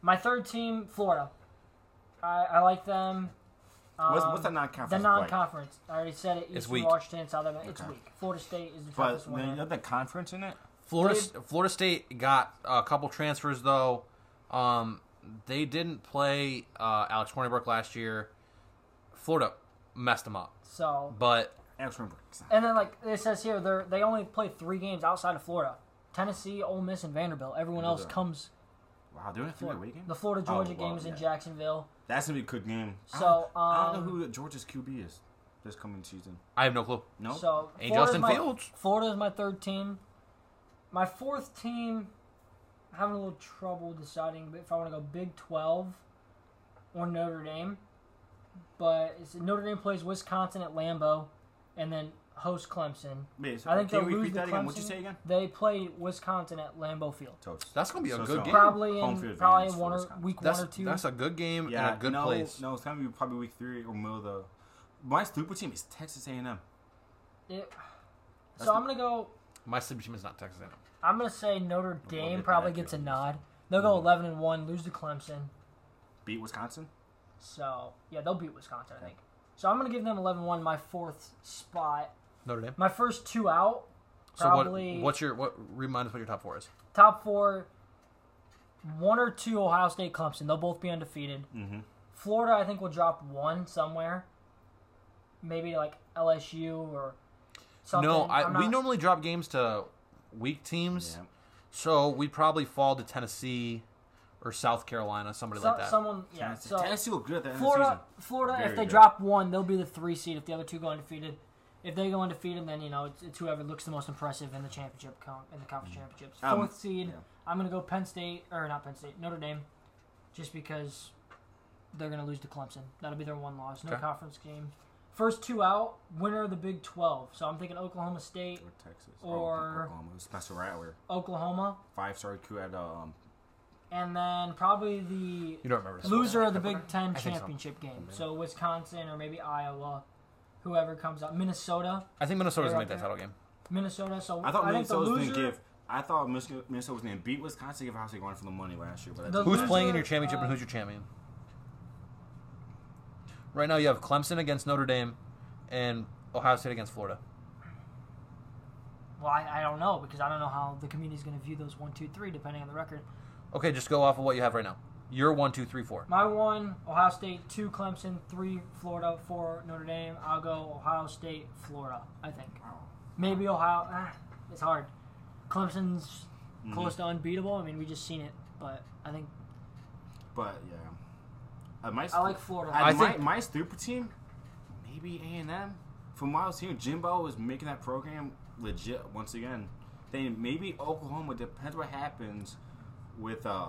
my third team, Florida. I, I like them.
What's,
Um,
what's that non-conference?
the
like?
non-conference. I already said it.
It's
Eastern
weak.
Washington, South Alabama. It's
Okay.
weak. Florida State is the
But
toughest
the
one.
other conference in it.
Florida
They-
Florida State got a couple transfers though. Um, they didn't play uh, Alex Hornibrook last year. Florida messed them up,
So,
but
Alex Hornibrook.
and then like it says here, they they only play three games outside of Florida: Tennessee, Ole Miss, and Vanderbilt. Everyone else
Vanderbilt.
comes.
Wow, they're in a three-way game.
The Florida
Oh,
Georgia
wow,
game is in
yeah.
Jacksonville.
That's gonna be a good game. I
So,
don't- I don't
um,
know who Georgia's QB is. this coming season?
I have no clue.
No.
So
And
Florida's
Justin
my,
Fields.
Florida is my third team. My fourth team, I'm having a little trouble deciding if I want to go Big Twelve or Notre Dame. But it's, Notre Dame plays Wisconsin at Lambeau, and then hosts Clemson.
Wait, so
I think
can
they'll
you
lose
repeat
to
that again? What'd you
Clemson.
say again?
They play Wisconsin at Lambeau Field.
Toast.
That's gonna be a
So-
good
so-
game.
Probably
Home
in
field
probably
advantage for
one or
Wisconsin.
week
That's
one or two.
that's a good game
Yeah.
and a good
no,
place.
No, it's gonna be probably week three or middle of the. My stupid team is Texas A&M.
It-
That's
so I'm
the-
gonna go.
My sleep team is not Texas A&M.
I'm gonna say Notre
get
Dame
that Mm-hmm.
probably
if
gets
you
a
lose.
nod. They'll go 11 and one, lose to Clemson.
Beat Wisconsin.
So yeah, they'll beat Wisconsin, I think. So I'm gonna give them 11-1, my fourth spot.
Notre Dame.
My first two out.
So what?
Probably
What's your what? Remind us what your top four is.
top four. One or two Ohio State, Clemson. They'll both be undefeated.
Mm-hmm.
Florida, I think, will drop one somewhere. Maybe like LSU or something.
No, I,
I'm
we
not-
normally drop games to weak teams,
Yeah.
so we'd probably fall to Tennessee or South Carolina, somebody
so-
like that.
someone. Yeah,
Tennessee.
so
Tennessee looked good at the end
Florida,
of the season.
Florida.
Very
if they
good.
drop one, they'll be the three seed. If the other two go undefeated, if they go undefeated, then you know it's, it's whoever looks the most impressive in the championship com- in the conference championships.
Um,
Fourth seed,
yeah.
I'm gonna go Penn State or not Penn State, Notre Dame, just because they're gonna lose to Clemson. That'll be their one loss. No
Okay.
conference game. First two out, winner of the Big Twelve. So I'm thinking Oklahoma State,
Or Texas. Oh,
Or-
Oklahoma. It's not so right where
Oklahoma,
five star crew at um.
and then probably the
you don't remember this
Loser
one.
of the Big Ten
I think so. Mm-hmm.
championship game. So Wisconsin or maybe Iowa, whoever comes up. Minnesota.
I think Minnesota's
They're
gonna make
up
that
there.
title game.
Minnesota. So
I thought
think the
Minnesota was
loser,
going to give. I thought Michigan- Minnesota was going to beat Wisconsin. Give Ohio State going for the money last year, but
The
that's
Who's
loser,
playing in your championship and
uh,
who's your champion? Right now, you have Clemson against Notre Dame and Ohio State against Florida.
Well, I, I don't know because I don't know how the community's going to view those one, two, three, depending on the record.
Okay, just go off of what you have right now. You're one, two, three, four.
My one, Ohio State. Two, Clemson. Three, Florida. Four, Notre Dame. I'll go Ohio State, Florida. I think
Wow.
maybe Ohio. Ah, it's hard. Clemson's
Mm-hmm.
Mm-hmm.
close to unbeatable. I mean, we just seen it, but I think
But yeah, uh, my
I like Florida.
I,
I
my,
think-
my stupid team, maybe A and M. From what I was hearing, Jimbo is making that program legit once again. Then maybe Oklahoma. Depends what happens with uh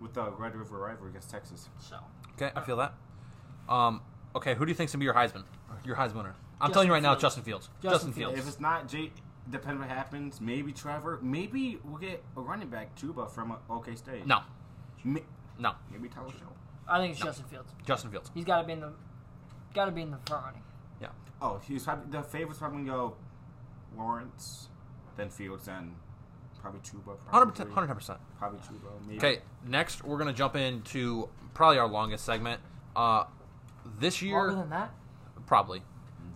with the Red River rivalry against Texas.
so.
Okay, I feel that. Um, okay, who do you think's gonna be your Heisman? Your Heisman winner? I'm
Justin
telling you right now,
Fields.
Justin Fields.
Justin
Justin,
Fields.
Fields.
If it's not Jay, depends what happens. Maybe Trevor. Maybe we'll get a running back Tuba from uh, OK State.
No,
Ma-
no,
maybe Tyler Show.
I think it's Justin Fields.
Justin Fields.
He's got to be in the, got to be in the front running.
Yeah.
Oh, he's probably the favorites probably gonna go Lawrence, then Fields, then probably Tuba.
100%.
Probably,
100%.
probably Tuba. Maybe.
Okay, next we're gonna jump into probably our longest segment. Uh, this year,
Longer than that,
probably.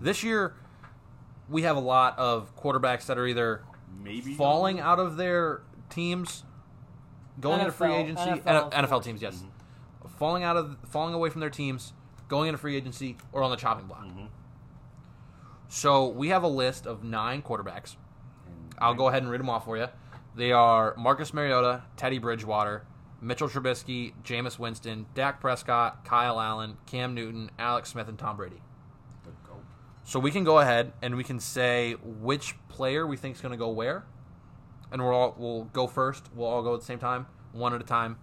This year, we have a lot of quarterbacks that are either
maybe
falling out of their teams, going into free
NFL
agency,
NFL
NFL, teams, yes, falling out of, falling away from their teams, going into free agency, or on the chopping block. So we have a list of nine quarterbacks. I'll go ahead and read them off for you. They are Marcus Mariota, Teddy Bridgewater, Mitchell Trubisky, Jameis Winston, Dak Prescott, Kyle Allen, Cam Newton, Alex Smith, and Tom Brady.
The goat.
So we can go ahead and we can say which player we think is going to go where, and we'll all, we'll go first. We'll all go at the same time, one at a time,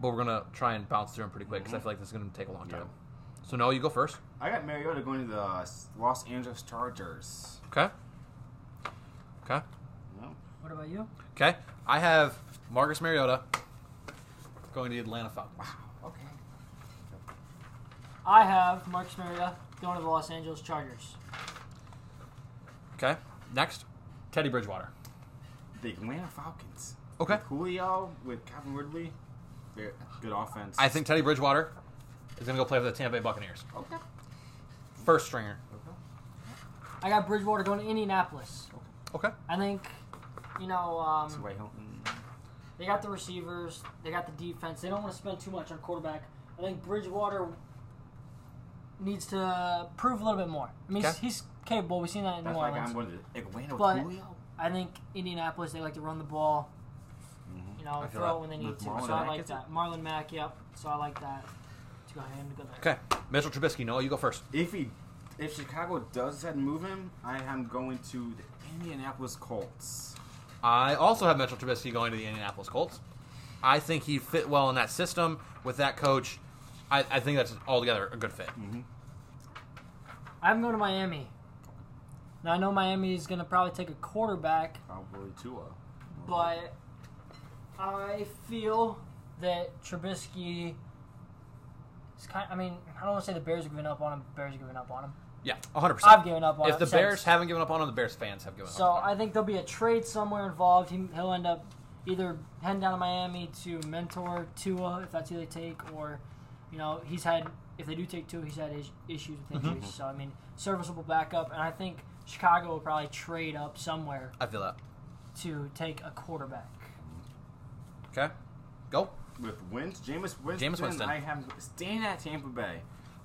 but we're gonna try and bounce through them pretty quick because I feel like this is going to take a long time. So no, you go first.
I got Mariota going to the uh, Los Angeles Chargers.
Okay. Okay.
No.
what about you?
Okay. I have Marcus Mariota going to the Atlanta Falcons.
Okay.
I have Marcus Mariota going to the Los Angeles Chargers.
Okay. Next, Teddy Bridgewater.
The Atlanta Falcons.
Okay.
With Julio with Calvin Ridley. They're good offense.
I think Teddy Bridgewater is going to go play for the Tampa Bay Buccaneers.
Okay. Okay.
First stringer.
I got Bridgewater going to Indianapolis.
Okay.
I think, you know, um,
T.Y. Hilton.
they got the receivers, they got the defense. They don't want to spend too much on quarterback. I think Bridgewater needs to prove a little bit more. I mean, he's,
Okay.
he's capable. We've seen that in
That's
New
why
Orleans.
I'm going to Atlanta with
But-
Julio.
I think Indianapolis they like to run the ball, you know,
I feel
throw
that.
it when they need
With
to.
Marlon
so I
Mack,
like
is
that. Marlon Mack, yep. So I like that. To go ahead and go there.
Okay. Mitchell Trubisky. Noah, you go first.
If he If Chicago does decide to move him, I am going to the Indianapolis Colts.
I also have Mitchell Trubisky going to the Indianapolis Colts. I think he fit well in that system with that coach. I, I think that's altogether a good fit.
I'm going to Miami. Now I know Miami is going to probably take a quarterback,
Probably Tua.
but I feel that Trubisky. Is kind I mean, I don't want to say the Bears are giving up on him. Bears are giving up on him.
Yeah, 100.
I've
percent
given up on
If
him
the
since.
Bears haven't given up on him, the Bears fans have given
So
up. on
I
him.
think there'll be a trade somewhere involved. He, he'll end up either heading down to Miami to mentor Tua, if that's who they take, or, you know, he's had, if they do take Tua, he's had his issues with
Mm-hmm.
injuries. So, I mean, serviceable backup. And I think Chicago will probably trade up somewhere
I feel that.
to take a quarterback.
Okay, go.
With Wentz, Jameis Winston,
Jameis Winston.
I have staying at Tampa Bay.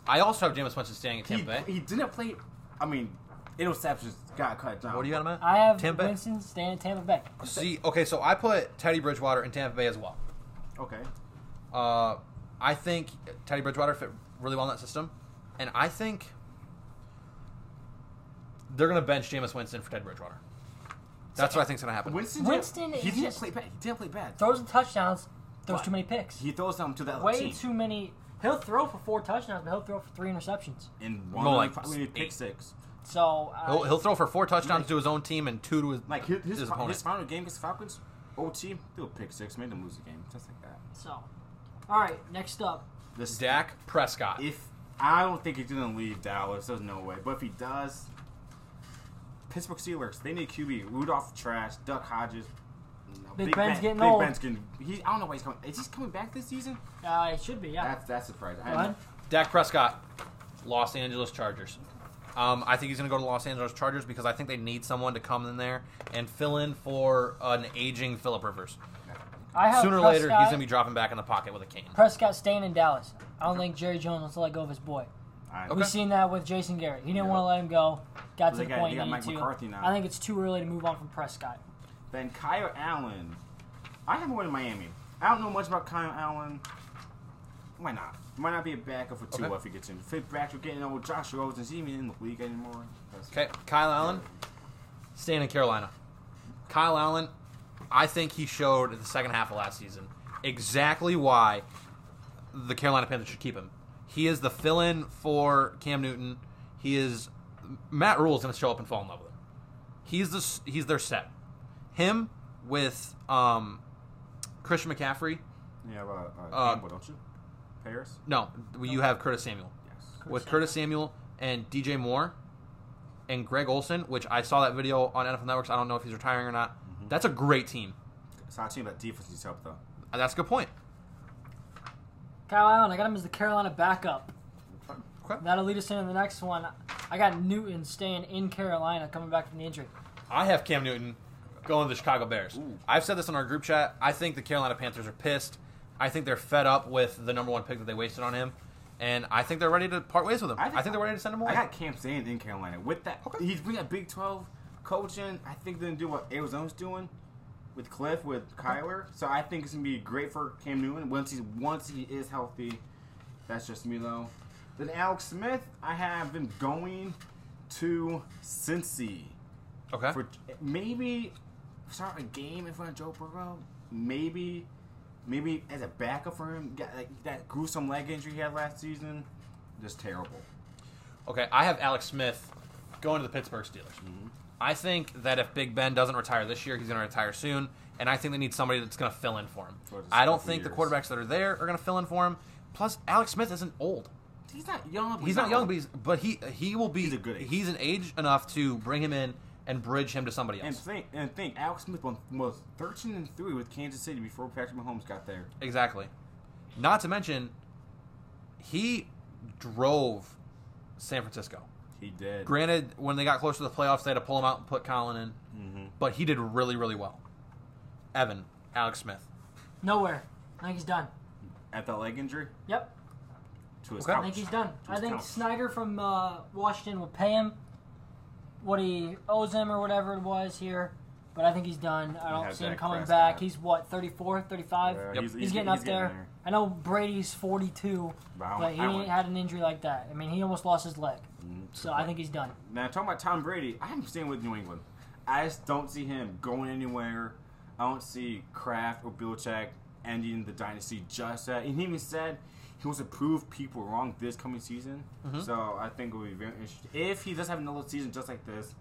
I also have Jameis Winston staying at Tampa Bay.
He, he didn't play. I mean, interceptions got cut down.
What do you got him at?
I have
Tampa.
Winston staying in Tampa Bay.
See, okay, so I put Teddy Bridgewater in Tampa Bay as well.
Okay.
Uh, I think Teddy Bridgewater fit really well in that system, and I think they're going to bench Jameis Winston for Teddy Bridgewater. That's what I think's going to happen.
Winston.
Winston
didn't,
is
he didn't
just-
play bad. He didn't play bad.
Throws and touchdowns, throws
Why?
too many picks.
He throws them to that other
Way
team.
too many. He'll throw for four touchdowns, but he'll throw for three interceptions.
and one
No,
of
like,
them probably pick
eight.
six.
So I-
He'll, he'll throw for four touchdowns
Like-
to his own team and two to his,
Like his his,
his
fi-
opponent.
his final game against the Falcons, OT, they'll pick six, made them lose the game, just like that.
So, all right, next up,
This
Dak Prescott.
if I don't think he's gonna leave Dallas, there's no way. But if he does, Pittsburgh Steelers, they need QB. Rudolph trash, Duck Hodges. No,
Big Ben's getting
Big
old.
Ben's getting. He, I don't know why he's coming. Is he coming back this season?
uh, it should be yeah.
That's that's surprising.
Go ahead.
I,
Dak Prescott, Los Angeles Chargers. Um, I think he's going to go to Los Angeles Chargers because I think they need someone to come in there and fill in for an aging Philip Rivers.
I have
Sooner or
Prescott,
later, he's going to be dropping back in the pocket with a cane.
Prescott staying in Dallas. I don't think Jerry Jones wants to let go of his boy.
I,
Okay.
We've seen that with Jason Garrett. He didn't
Yeah.
want to let him go. Got to
They
the
got-
point
they
he
got
needed
Mike
to.
McCarthy now.
I think it's too early to move on from Prescott.
Then Kyle Allen. I have him going to Miami. I don't know much about Kyle Allen. Why not? Might not be a backup for Tua
Okay.
if he gets in. Fitzpatrick getting old. Josh Rosen isn't even in the league anymore. That's-
Okay, Kyle Allen, staying in Carolina. Kyle Allen, I think he showed in the second half of last season exactly why the Carolina Panthers should keep him. He is the fill-in for Cam Newton. He is Matt Rule is going to show up and fall in love with him. He's the s- he's their set. Him with um, Christian McCaffrey.
Yeah, well, uh,
Uh,
Campbell, don't you? Paris?
No, you have Curtis Samuel.
Yes.
with Curtis Samuel and DJ Moore and Greg Olson, which I saw that video on NFL Networks. I don't know if he's retiring or not. That's a great team.
It's not a team that defense needs help, though.
Uh, That's a good point.
Kyle Allen, I got him as the Carolina backup. That'll lead us into the next one. I got Newton staying in Carolina, coming back from the injury.
I have Cam Newton going to the Chicago Bears.
Ooh.
I've said this in our group chat. I think the Carolina Panthers are pissed. I think they're fed up with the number one pick that they wasted on him, and I think they're ready to part ways with him. I think, they're ready to send him away.
I got Camp Sand in Carolina. With that,
Okay.
he's been at Big 12 coaching. I think they're going to do what Arizona's doing with Cliff, with Kyler. So I think it's going to be great for Cam Newton once he, once he is healthy. That's just me, though. Then Alex Smith, I have been going to Cincy.
okay.
For maybe start a game in front of Joe Burrow. Maybe, maybe as a backup for him. Got, like, that gruesome leg injury he had last season, just terrible.
Okay, I have Alex Smith going to the Pittsburgh Steelers.
Mm-hmm.
I think that if Big Ben doesn't retire this year, he's going to retire soon, and I think they need somebody that's going to fill in for him.
For just a
I don't
couple
think the
years.
quarterbacks that are there are going to fill in for him. Plus, Alex Smith isn't old.
He's not young.
He's not young, but he's but he he will be
He's a good age.
He's an age enough to bring him in and bridge him to somebody
and
else.
think and think Alex Smith won, was thirteen and three with Kansas City before Patrick Mahomes got there.
Exactly. Not to mention, he drove San Francisco.
He did.
Granted, when they got close to the playoffs, they had to pull him out and put Colin in. But he did really, really well. Evan, Alex Smith.
Nowhere. I think he's done.
At that leg injury
Yep.
to his
Okay.
okay.
I think he's done. I
Just
think
count.
Snyder from uh, Washington will pay him what he owes him or whatever it was here, but I think he's done. I don't
has
see him
Dak
coming
Prescott.
back. He's what 34, 35.
Yeah,
Yep.
He's, getting up there. I know Brady's 42,
But I don't-
but he
I don't-
ain't had an injury like that. I mean, he almost lost his leg, so I think he's done.
Now talking about Tom Brady, I'm staying with New England. I just don't see him going anywhere. I don't see Kraft or Belichick ending the dynasty just that. And he even said he wants to prove people wrong this coming season.
Mm-hmm.
So I think it will be very interesting. If he does have another season just like this,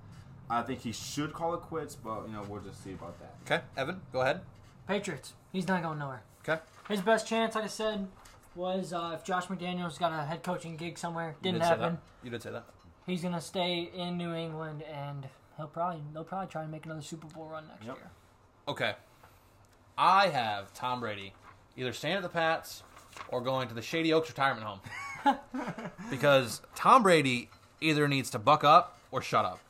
I think he should call it quits. But you know, we'll just see about that.
Okay, Evan, go ahead.
Patriots. He's not going nowhere.
Okay,
His best chance, like I said, was uh, if Josh McDaniels got a head coaching gig somewhere.
you
Didn't
did say
happen.
that. You did say that.
He's gonna stay in New England, and he'll probably they'll probably try and make another Super Bowl run next
Yep.
year.
Okay, I have Tom Brady either staying at the Pats or going to the Shady Oaks retirement home because Tom Brady either needs to buck up or shut up.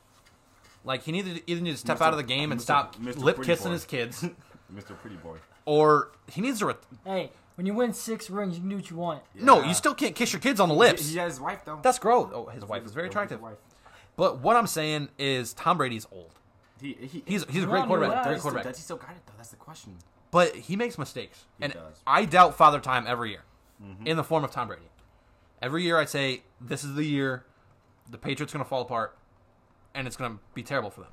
Like he needs to either needs to step
Mr.
out of the game and
Mr.
stop
Mr.
lip
Pretty
kissing
Boy.
his kids,
Mr. Pretty Boy.
or he needs to. Re-
Hey, when you win six rings, you can do what you want.
No,
Yeah.
you still can't kiss your kids on the lips.
He has his wife though.
That's gross. Oh, his wife is very
His
attractive.
wife.
But what I'm saying is Tom Brady's old.
He, he,
He's he's a
No,
great
no,
quarterback, great
no.
does, he still,
quarterback.
does he still got it though? That's the question.
But he makes mistakes, and
does.
I doubt Father Time every year, in the form of Tom Brady. Every year I say this is the year the Patriots going to fall apart, and it's going to be terrible for them.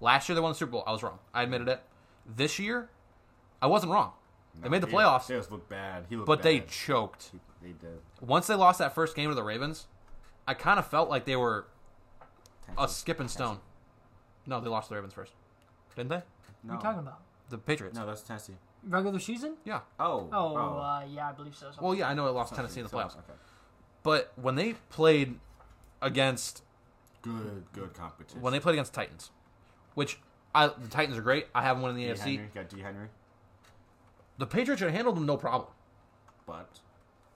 Last year they won the Super Bowl. I was wrong. I admitted it. This year, I wasn't wrong. They made the
He-
playoffs,
They just look bad. He looked
but they
bad.
choked.
they did.
Once they lost that first game to the Ravens, I kind of felt like they were a Uh, skip and stone. No, they lost to the Ravens first, didn't they?
No.
What are you talking about?
The Patriots.
No, that's Tennessee.
Regular season?
Yeah.
Oh.
Oh, Uh, yeah, I believe so.
Well, yeah, I know it lost Tennessee in the
So-
playoffs,
Okay.
but when they played against
Good, good competition.
when they played against Titans, which I the Titans are great. I have one in the
D.
AFC.
Henry, got D. Henry,
The Patriots should have handled them no problem,
but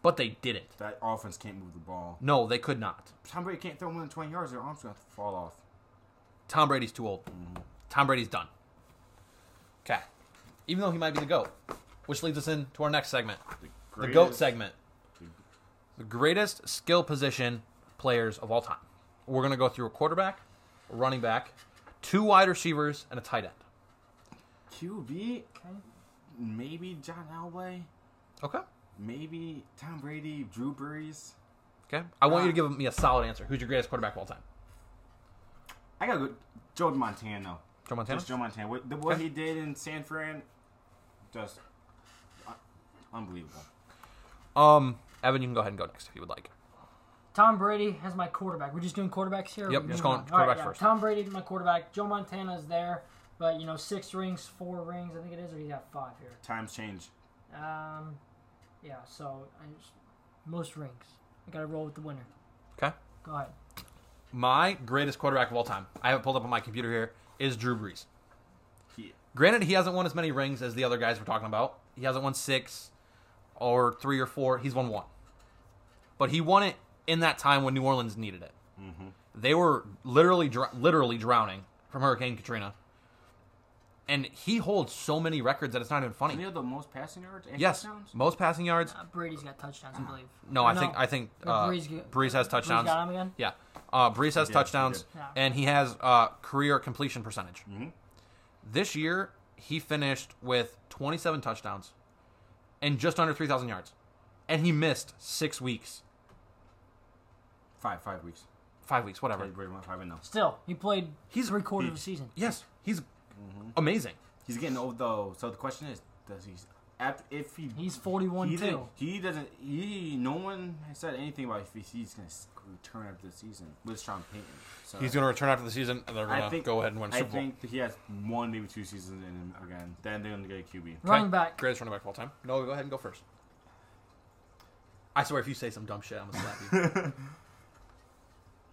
but they didn't.
that offense can't move the ball.
No, they could not.
Tom Brady can't throw more than 20 yards. Their arms going to fall off.
Tom Brady's too old. Tom Brady's done. Okay, even though he might be the goat, which leads us into our next segment, the goat
greatest-
segment. the greatest skill position players of all time. We're going to go through a quarterback, a running back, two wide receivers, and a tight end.
QB,
Okay.
maybe John Elway,
Okay.
maybe Tom Brady, Drew Brees.
Okay. I want you to give me a solid answer. Who's your greatest quarterback of all time?
I got to go Joe Montana.
Joe Montana.
Just Joe Montana. What, the, what
Okay.
he did in San Fran, just uh, unbelievable.
Um, Evan, you can go ahead and go next if you would like.
Tom Brady as my quarterback. We're just doing quarterbacks here.
Yep,
We're
just
doing-
going
All right,
quarterback
yeah.
first.
Tom Brady, my quarterback. Joe Montana's there, but you know, six rings, four rings. I think it is, or he got five here.
Times change.
Um, yeah. So I just, most rings. I gotta roll with the winner.
Okay.
Go ahead.
My greatest quarterback of all time. I have it pulled up on my computer here. Is Drew Brees.
He,
Granted, he hasn't won as many rings as the other guys we're talking about. He hasn't won six or three or four. He's won one. But he won it in that time when New Orleans needed it. They were literally, dr- literally drowning from Hurricane Katrina. And he holds so many records that it's not even
you
funny.
know the most passing yards and
Yes,
touchdowns?
most passing yards.
Uh, Brady's got touchdowns, I believe.
No, I think I think
No,
uh,
Brees get-
Brees has touchdowns.
got him again?
Yeah, uh, Brees has
did, he
touchdowns,
did.
Yeah.
and he has uh, career completion percentage. This year, he finished with 27 touchdowns and just under 3,000 yards, and he missed six weeks,
Five, five weeks.
five weeks, whatever.
Brady Brady went five and no.
Still, he played.
He's-
three quarters
he-
of a season.
Yes, he's amazing.
He's getting old though, so the question is, does he? af- If he
He's 41
he
too.
didn't- he doesn't. He no one has said anything about if he's- he's going to return after the season with Sean Payton. So
He's going to return after the season, and they're
I
going to
think-
go ahead and win
I
Super Bowl.
think he has one, maybe two seasons in him again. Then they're going to get a QB.
Running back.
greatest running back of all time. No, go ahead and go first. I swear, if you say some dumb shit, I'm gonna slap you.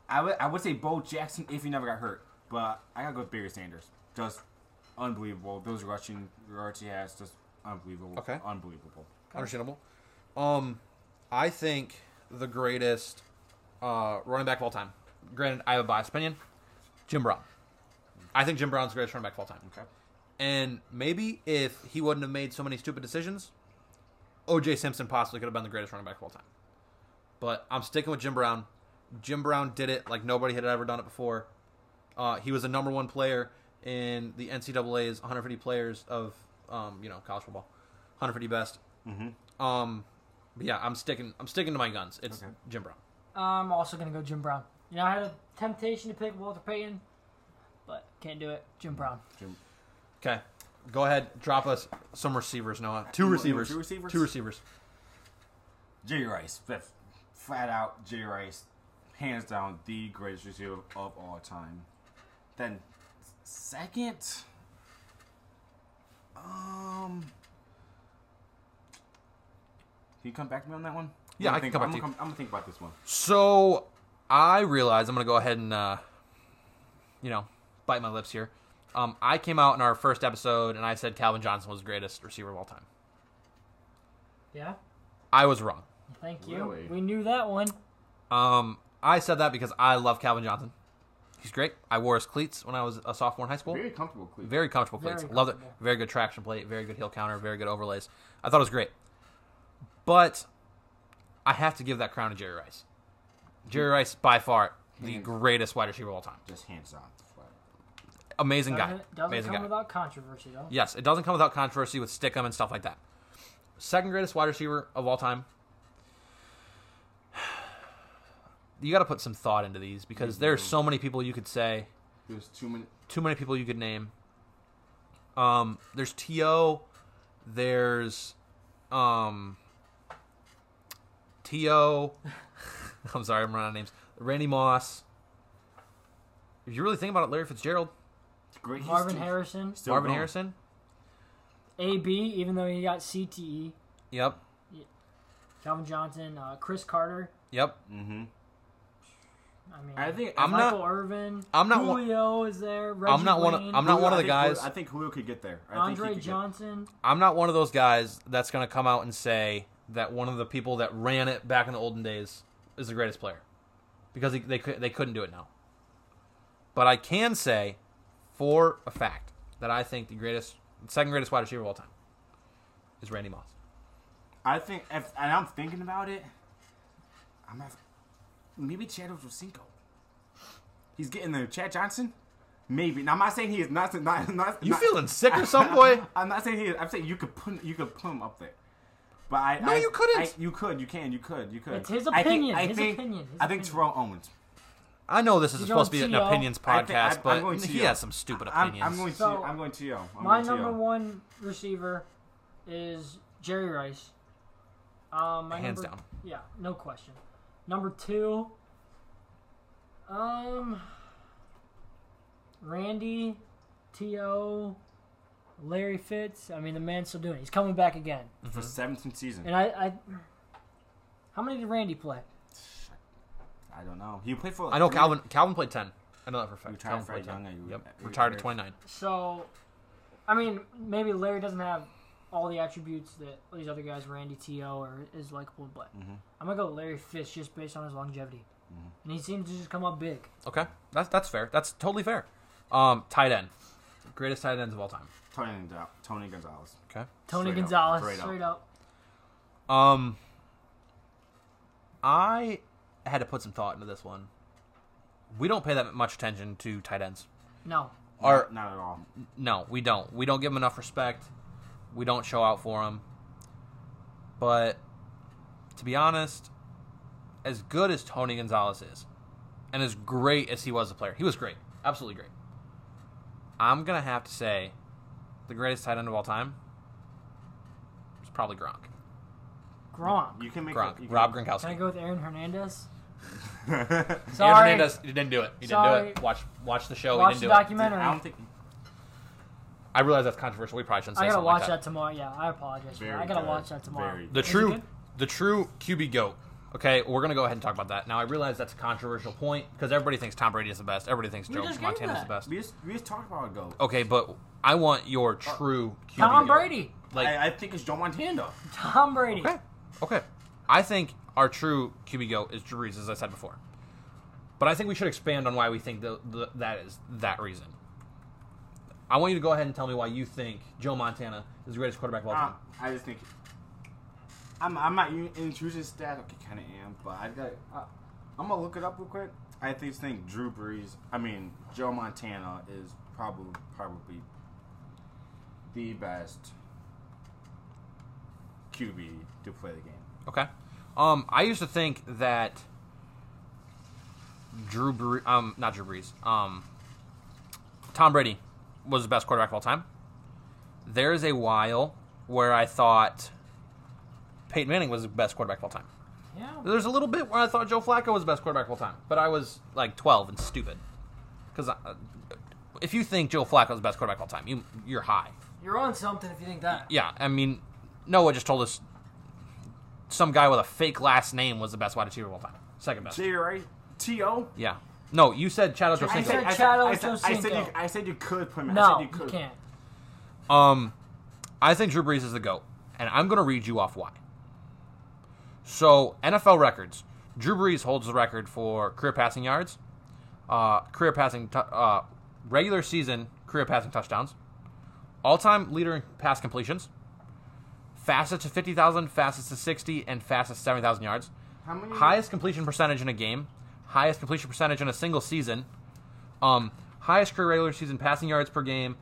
I would I would say Bo Jackson if he never got hurt, but I gotta go with Barry Sanders. Just unbelievable. Those rushing yards he has, just unbelievable.
Okay.
unbelievable.
Understandable. Um, I think the greatest uh, running back of all time. Granted, I have a biased opinion. Jim Brown. I think Jim Brown's the greatest running back of all time.
Okay,
And maybe if he wouldn't have made so many stupid decisions, OJ Simpson possibly could have been the greatest running back of all time. But I'm sticking with Jim Brown. Jim Brown did it like nobody had ever done it before. Uh, he was a number one player in the NCAA's 150 players of um, you know college football, 150 best.
Mm-hmm.
Um, but yeah, I'm sticking. I'm sticking to my guns. It's
Okay.
Jim Brown.
I'm also gonna go Jim Brown. You know, I had a temptation to pick Walter Payton, but can't do it. Jim Brown.
Jim.
Okay, go ahead. Drop us some receivers, Noah. Two
You want- you
receivers.
want two receivers?
Two receivers.
Jerry Rice. F- Flat out Jerry Rice. Hands down the greatest receiver of all time. Then second Um Can you come back to me on that one?
Yeah,
I'm
I can
think-
come back
I'm
to
gonna
you.
I'm gonna think about this one.
So I realize I'm gonna go ahead and uh, you know bite my lips here. Um, I came out in our first episode and I said Calvin Johnson was the greatest receiver of all time.
Yeah.
I was wrong.
Thank you.
Really?
We knew that one.
Um, I said that because I love Calvin Johnson. He's great. I wore his cleats when I was a sophomore in high school.
Very comfortable cleat.
Very comfortable
Very
cleats. Loved it.
comfortable.
Very good traction plate. Very good heel counter. Very good overlays. I thought it was great. But I have to give that crown to Jerry Rice. Jerry Rice, by far, the
Hands.
greatest wide receiver of all time.
Just hands down. Flat.
Amazing guy.
Doesn't, doesn't
Amazing
come
guy.
without controversy though.
Yes, it doesn't come without controversy with Stickum and stuff like that. Second greatest wide receiver of all time. You got to put some thought into these because there's so many people you could say,
There's too many
too many people you could name. Um, there's T.O., there's um, T.O., I'm sorry, I'm running out of names. Randy Moss. If you really think about it, Larry Fitzgerald,
great he's
Marvin
too-
Harrison,
still
Marvin
going.
Harrison.
AB, even though he got CTE,
Yep,
Calvin Johnson, uh, Chris Carter.
yep.
Mm-hmm.
I mean,
I think
I'm
Michael
not-
Irvin.
I'm not one-
Julio is there. Reggie
I'm not one of-
Wayne,
I'm not one of the
I think Julio-
guys-
I think Julio could get there. I think he
Andre
could get-
Johnson.
I'm not one of those guys that's going to come out and say that one of the people that ran it back in the olden days is the greatest player because they they, cou- they couldn't do it now. But I can say for a fact that I think the greatest, second greatest wide receiver of all time is Randy Moss.
I think, if, and I'm thinking about it, I'm not, maybe Chad Ochocinco. He's getting there. Chad Johnson, maybe. Now I'm not saying he is not. not, not
You
not,
feeling sick or something, boy?
I'm not saying he is. I'm saying you could put you could put him up there. But I
No,
I-
you couldn't.
I- you could. You can. You could. You could.
It's his
I think-
opinion,
I
his
think-
opinion, his
I think
opinion.
Terrell Owens.
I know this is
You
supposed to be
going
an
T.O.?
opinions
I think-
podcast,
I'm-
but
I'm going
he
T.O.
has some stupid
I'm,
opinions.
I'm going to.
So,
I'm going to. Yo. I'm
My
going to.
number one receiver is Jerry Rice. Um, my
Hands
number-
down.
Yeah, no question. Number two, um, Randy, T.O., Larry Fitz. I mean, the man's still doing it. He's coming back again.
for 17th season.
And I, I, how many did Randy play?
I don't know. He played for.
I know
three-
Calvin. Calvin played ten. I know that for a fact.
Retired
Calvin
for
played
a young age.
Yep.
Retired.
Retired at twenty nine.
So, I mean, maybe Larry doesn't have all the attributes that these other guys, Randy T.O. or is likable, but
Mm-hmm.
I'm gonna go Larry Fish just based on his longevity, and he seems to just come up big.
Okay, that's that's fair. That's totally fair. Um, tight end, greatest tight ends of all time.
Tony, Gonzal- Tony Gonzalez.
Okay.
Tony
Straight up,
Gonzalez,
straight up.
straight up.
Um, I had to put some thought into this one. We don't pay that much attention to tight ends.
No,
Or
Not at all.
no, we don't. We don't give them enough respect. We don't show out for them. But to be honest, as good as Tony Gonzalez is, and as great as he was a player, he was great, absolutely great. I'm gonna have to say, the greatest tight end of all time is probably Gronk.
Gronk.
You can make
Gronk,
a- you
Rob
can-
Gronkowski.
Can I go with Aaron Hernandez?
Sorry.
Sorry,
Hernandez, you didn't do it. You
Sorry.
didn't do it. Watch, watch the show.
watch
you
the
didn't do it.
documentary.
I
I,
don't think
I realize that's controversial. We probably shouldn't say
gotta
something
watch
like
that.
that.
tomorrow. Yeah, I apologize. for that.
Very
I gotta
good.
watch that tomorrow.
Very
The
Is it
true,
good?
the true QB goat. Okay, we're gonna go ahead and talk about that. Now I realize that's a controversial point because everybody thinks Tom Brady is the best. Everybody thinks
We
Joe
just gave
Montana is the
that.
best.
we just we just talked about it go.
Okay, but I want your true QB.
Tom
goat.
Brady.
Like
I, I think it's Joe Montana.
Tom Brady.
Okay. Okay. I think our true QB go is Drew Brees, as I said before. But I think we should expand on why we think the, the, that is that reason. I want you to go ahead and tell me why you think Joe Montana is the greatest quarterback of all
Uh,
Ah.
time.
I just think I'm I'm not in- into his stat. Okay, kind of am, but I got. Uh, I'm gonna look it up real quick. I just think Drew Brees. I mean Joe Montana is probably probably the best QB to play the game.
Okay. Um, I used to think that Drew Brees, um, not Drew Brees, um, Tom Brady was the best quarterback of all time. There is a while where I thought Peyton Manning was the best quarterback of all time.
Yeah.
There's a little bit where I thought Joe Flacco was the best quarterback of all time, but I was like 12 and stupid. Because if you think Joe Flacco is the best quarterback of all time, you you're high.
You're on something if you think that.
Yeah, I mean, Noah just told us some guy with a fake last name was the best wide receiver of all time, second best.
J right? T O.
Yeah. No, you said Chad
I
Ochocinco.
said
I said,
Chad
I said, I said
Ochocinco.
you, I said you could put him. in. I
No,
said
you
could.
can't.
Um, I think Drew Brees is the GOAT, and I'm going to read you off why. So, NFL records. Drew Brees holds the record for career passing yards, uh, career passing, tou- uh, regular season career passing touchdowns, all time leader in pass completions, fastest to 50,000, fastest to 60, and fastest to 70,000 yards,
How many?
highest completion percentage in a game, highest completion percentage in a single season, um, highest career regular season passing yards per game,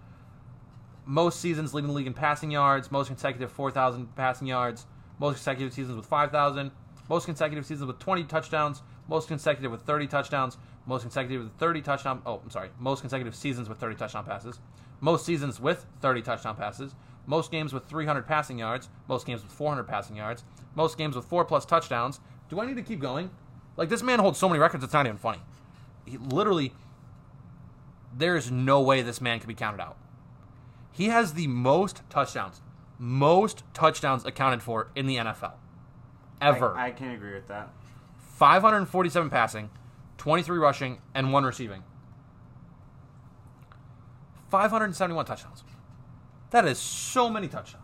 most seasons leading the league in passing yards, most consecutive 4,000 passing yards, most consecutive seasons with 5,000, most consecutive seasons with 20 touchdowns, most consecutive with 30 touchdowns, most consecutive with 30 touchdown. Oh, I'm sorry. Most consecutive seasons with 30 touchdown passes, most seasons with 30 touchdown passes, most games with 300 passing yards, most games with 400 passing yards, most games with four plus touchdowns. Do I need to keep going? Like this man holds so many records, it's not even funny. He literally, there is no way this man could be counted out. He has the most touchdowns, most touchdowns accounted for in the NFL ever.
I, I can agree with that.
547 passing, 23 rushing, and one receiving. 571 touchdowns. That is so many touchdowns.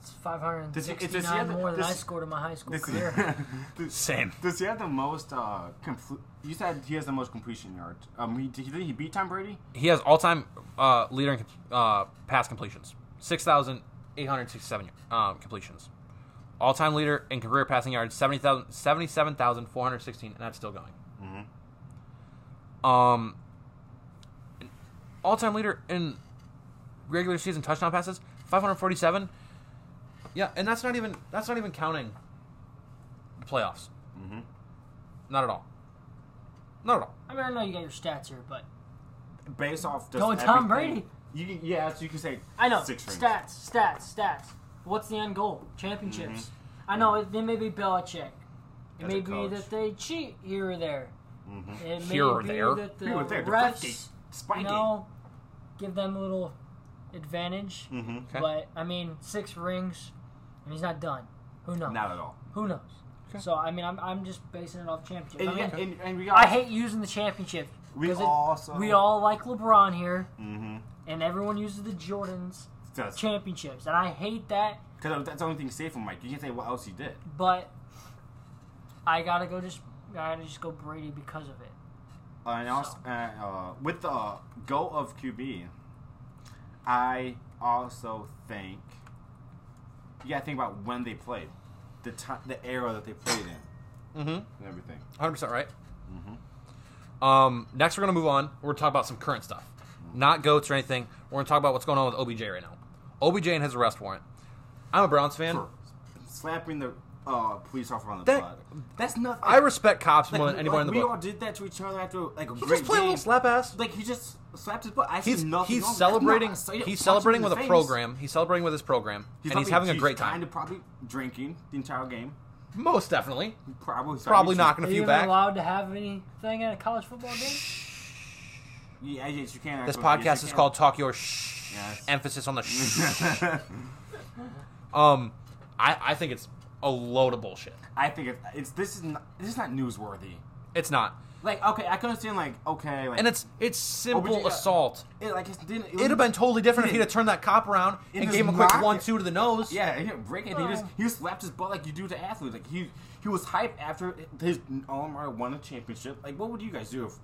It's
Does he-
569
does he have the-
more than I
does-
scored in my high school
Does he,
career.
does-
Same.
does he have the most? Uh, compl- you said he has the most completion yards. Um, he, did, he, did he beat Tom Brady?
He has all-time uh, leader in uh, pass completions, 6,867 um, completions. All-time leader in career passing yards, 70,000 77,416, and that's still going. Um, all-time leader in regular season touchdown passes, 547. Yeah, and that's not even that's not even counting the playoffs.
Mm-hmm.
Not at all. Not at all.
I mean, I know you got your stats here, but
Based off just
Go with Tom
everything-
Brady.
You can, yeah, so you can say
I know
six rings.
stats, stats, stats. What's the end goal? Championships. I know it, it may be Belichick. It
Mm-hmm. As
may
a
be
coach.
that they cheat here or there. It may
Here or
be
there.
that the
Here or Mm-hmm. there, the
refs,
floodgate, spygate.
you know, give them a little advantage.
Mm-hmm.
Okay.
But I mean, six rings, and he's not done. Who knows?
Not at all.
Who knows?
Okay.
So I mean, I'm, I'm just basing it off championships.
And,
I mean,
yeah, and, and we
I
also-
hate using the championship.
We
'cause it-
also-
we all like LeBron here,
Mhm.
and everyone uses the Jordans
That's,
championships, and I hate that.
'cause that's the only thing safe from Mike. You can't say what else he did.
But I gotta go. Just I gotta just go Brady because of it.
Uh, and also, uh, uh, with the goal of QB, I also think you got to think about when they played, the time, the era that they played in,
Mm-hmm.
and everything.
Hundred percent right. Um, next, we're gonna move on. We're gonna talk about some current stuff, not goats or anything. We're gonna talk about what's going on with OBJ right now. OBJ and his arrest warrant. I'm a Browns fan.
For slapping the uh, police officer on the
That-
butt. That's nothing.
I respect cops
like,
more than anyone
like,
in the
We
book.
all did that to each other after like a
he
great
just played a little
game.
slap ass.
Like he just slapped his butt. I
He's
see nothing.
he's
wrong with that.
celebrating.
No, I saw you
he's
punch
celebrating
him in
with a
the face.
program. He's celebrating with his program, and he's
probably-
having a great
Kind
time.
of probably drinking the entire game.
Most definitely,
Probably
probably
not.
knocking
Are
a
you
few
even
back.
allowed to have anything at a college football game?
Yeah, yes, you can.
This
actually. Yes,
podcast
you
is
can.
called "Talk Your Shh."
Yes.
Emphasis on the shh. Um, I I think it's a load of bullshit.
I think it's, it's this is not, this is not newsworthy.
It's not,
Like, okay, I can understand. Like, okay, like,
and it's it's simple
OBJ, uh,
assault.
it, like it's didn't. It
It'd have been totally different if he'd have turned that cop around
It
and
was
gave him a quick
not-
one two to the nose.
Yeah, he didn't break it. He just
Oh.
he just slapped his butt like you do to athletes. Like he he was hyped after his All America won a championship. Like, what would you guys do if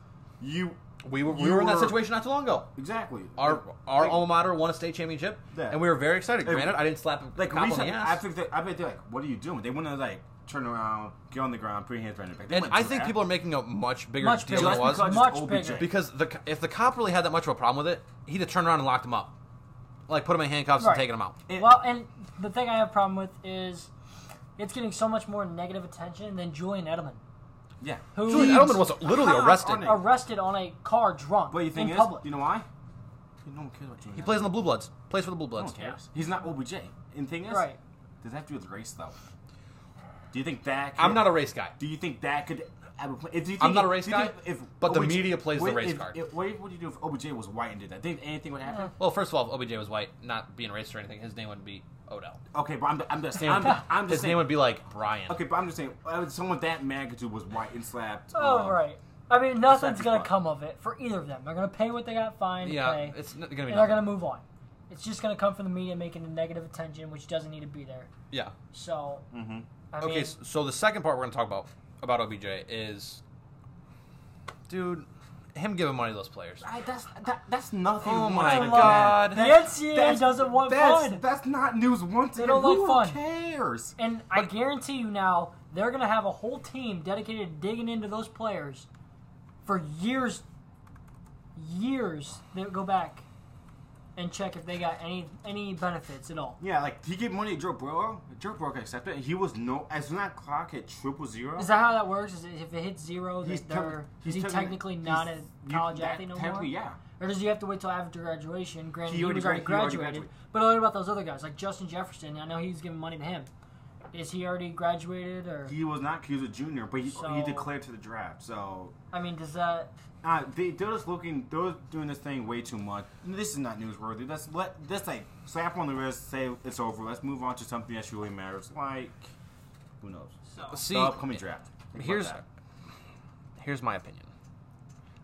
you
We were, we
You
were in that
were-
situation not too long ago.
Exactly.
Our
Like-
our
like-
alma mater won a state championship,
Yeah.
and we were very excited.
Hey,
Granted, I didn't slap a
like
cop on the
recently, I
ass.
think they, I bet they're like, what are you doing? They wouldn't have like turn around, get on the ground, put your hands behind your back. They
and
wouldn't
I
do
think
that.
people are making a much bigger
Much
deal
bigger.
than it
Just
was
because
Much
it's
bigger.
OBJ.
because the co- if the cop really had that much of a problem with it, he'd have turned around and locked him up, like put him in handcuffs
Right.
and taken him out.
It-
Well, and the thing I have a problem with is it's getting so much more negative attention than Julian Edelman,
yeah.
who
Julian
was
Edelman was literally
Hot
arrested.
on it.
arrested on a car drunk
But you think
in
is,
public.
you know why? No one cares about Julian.
He plays in the Blue Bloods. Plays for the Blue Bloods.
cares. He's not OBJ. And the thing is,
Right.
does that have to do with race though? Do you think that? Could,
I'm not a race guy.
Do you think that could? have a pl- If, do you
I'm
think-
not a race
do you
guy,
think If
but the media plays the
what
race
if,
card.
If, what would you do if OBJ was white and did that? Do you think anything would happen?
Mm.
Well, first of all, if OBJ was white, not being racist or anything, his name wouldn't be Odell.
Okay, but I'm, I'm just
His name,
I'm,
would be-
I'm just
his
saying,
name would be like Brian.
Okay, but I'm just saying, uh, someone that magnitude was white and slapped.
Oh,
um,
right. I mean, nothing's
That's
gonna
fine.
come of it for either of them. They're gonna pay what they got fined.
Yeah,
pay,
it's not gonna be.
and they're
Nothing.
gonna move on. It's just gonna come from the media making the negative attention, which doesn't need to be there.
Yeah.
So, I
Mm-hmm. Okay.
mean,
s- so the second part we're gonna talk about about OBJ is, dude, him giving money to those players.
I, that's that, that's nothing.
Oh
once
my
again.
God.
the
that's-
NCAA
That's-
doesn't want
that's,
fun.
That's not news once again.
don't like
Who
fun.
cares?
And I guarantee you now, they're going to have a whole team dedicated to digging into those players for years, years that go back and check if they got any any benefits at all.
Yeah, like he gave money to Joe Burrow. Joe Burrow got accepted, and he was no as soon as that clock hit triple zero.
Is that how that works? Is it, if it hits zero,
he's
that they're,
techni-
is he
techni-
technically not a
he's- you-
college
that-
athlete no more?
Technically, yeah.
Or does he have to wait till after graduation? Granted,
He
he,
already
was already
gra- he already
graduated.
graduated.
But what about those other guys, like Justin Jefferson? I know he's giving money to him. Is he already graduated, or
He was not. He was a junior, but he,
So-
he declared to the draft. So
I mean, does that
uh, they, they're just looking. They're doing this thing way too much. This is not newsworthy. Let's let this like slap on the wrist, say it's over. Let's move on to something that really matters. Like who knows?
so?
See,
the upcoming draft. Think about
here's
that.
here's my opinion.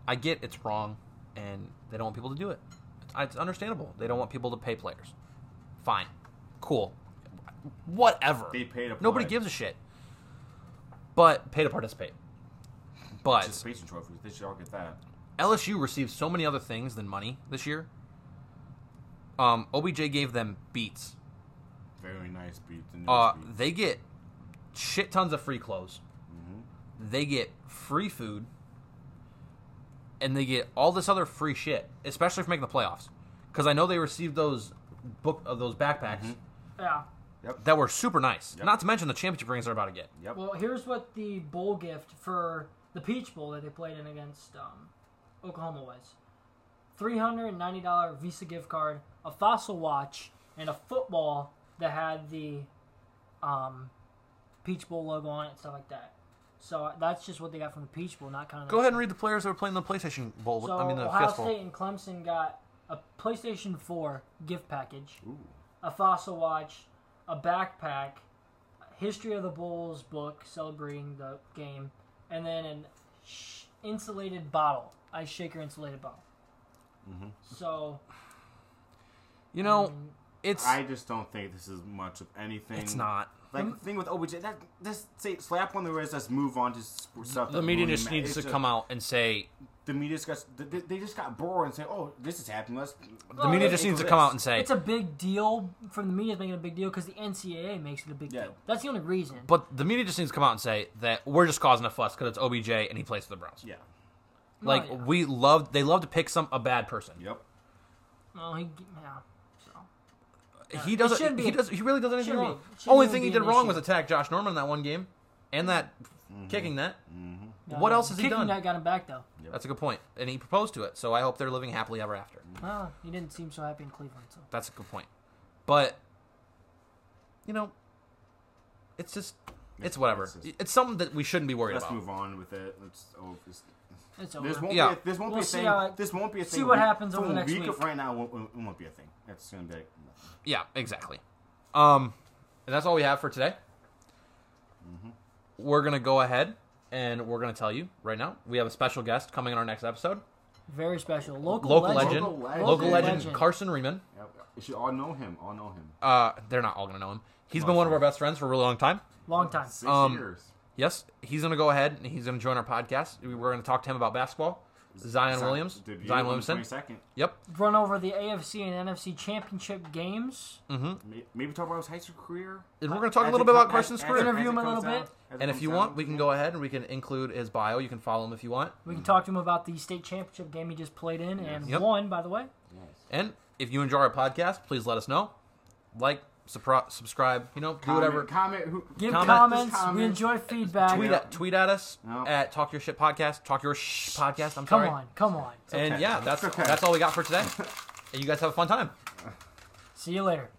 I get it's wrong, and they don't want people to do it. It's, it's understandable. They don't want people to pay players. Fine, cool, whatever.
They pay to
Nobody
play.
gives a shit. But pay to participate. But
participation trophies. They should all get that.
LSU received so many other things than money this year. Um, OBJ gave them beats.
Very nice beat. The newest
Uh,
beat.
they get shit tons of free clothes. They get free food, and they get all this other free shit, especially for making the playoffs. Because I know they received those book of those backpacks
Yeah.
that were super nice.
Yep.
Not to mention the championship rings they're about to get.
Yep.
Well, here's what the bowl gift for the Peach Bowl that they played in against um, Oklahoma was: three hundred and ninety dollar Visa gift card, a fossil watch, and a football that had the um, Peach Bowl logo on it, and stuff like that. So uh, that's just what they got from the Peach Bowl, not kind of.
Go ahead and read the players that were playing the PlayStation Bowl.
So
I mean the
Ohio
Fiesta Bowl.
State and Clemson got a PlayStation Four gift package.
Ooh.
a fossil watch, a backpack, a history of the Bulls book celebrating the game, and then an sh- insulated bottle, ice shaker insulated bottle.
Mm-hmm.
So
You know, it's
I just don't think this is much of anything.
it's not.
Like the thing with OBJ, that this say slap on the wrist. Let's move on to s- stuff.
The media just needs to come out and say
The media just got- they, they just got bored and say, "Oh, this is happening." Let's.
the media just needs to come out and say
it's a big deal from the media making it a big deal because the NCAA makes it a big
Yeah.
deal. That's the only reason.
But the media just needs to come out and say that we're just causing a fuss because it's OBJ and he plays for the Browns.
Yeah.
Like
Oh, yeah.
we love, they love to pick some a bad person.
Yep.
well, he, yeah. So
He
It
doesn't.
shouldn't
He
be-
does. He really does anything
shouldn't be-
wrong.
it shouldn't
Only
even
thing
be
he did
an
wrong
issue. Mm-hmm.
was attack Josh Norman in that one game, and that kicking that. What
Uh,
else has he
kicking
done?
That got him back though.
That's a good point, and he proposed to it. So I hope they're living happily ever after.
Well, he didn't seem so happy in Cleveland. So
That's a good point, but you know, it's just. It's whatever.
it's just-
It's something that we shouldn't be worried
Let's
about.
move on with it. Let's. Oh, this,
it's over.
this won't.
Yeah.
Be a, this won't
We'll
be a
see
thing.
how it-
this won't be a thing.
see what
week-
happens
from
over the next
week
week.
of right now. It won't, it won't be a thing. That's gonna be. Like, nothing.
Yeah, exactly. Um, and that's all we have for today. We're gonna go ahead and we're gonna tell you right now. We have a special guest coming in our next episode.
Very special. Local,
Local legend,
Local
local,
legend.
legend,
Legend.
Carson Riemann.
Yep. You should all know him. All know him.
Uh, they're not all gonna know him. He's been one of our best friends for a really long time.
Long time.
Six
Um,
years.
Yes, he's gonna go ahead and he's gonna join our podcast. We- We're gonna talk to him about basketball. Zion Williams.
Debut
Zion
on
Williamson.
22nd.
Yep.
Run over the AFC and NFC championship games.
hmm
May- Maybe talk about his high school career.
And we're going to talk
As
a little
it
bit
com-
about
as-
Carson's
as it-
career.
as it
Interview him a
comes
little
out-
bit.
as it
And if
comes
you want,
out,
we can
yeah.
go ahead and we can include his bio. You can follow him if you want.
We can talk to him about the state championship game he just played in and
Yep.
won, by the way.
And if you enjoy our podcast, please let us know. Like, supro- subscribe, you know, do
Comment-
whatever.
Comment. Who,
Give
Comment.
comments.
Just
We
comment.
enjoy feedback.
Tweet at, tweet at us
No.
at Talk Your Shit Podcast. Talk Your Shh Podcast. I'm
come
sorry.
on, come on.
And
okay.
yeah, that's
It's okay.
that's all we got for today. And you guys have a fun time.
See you later.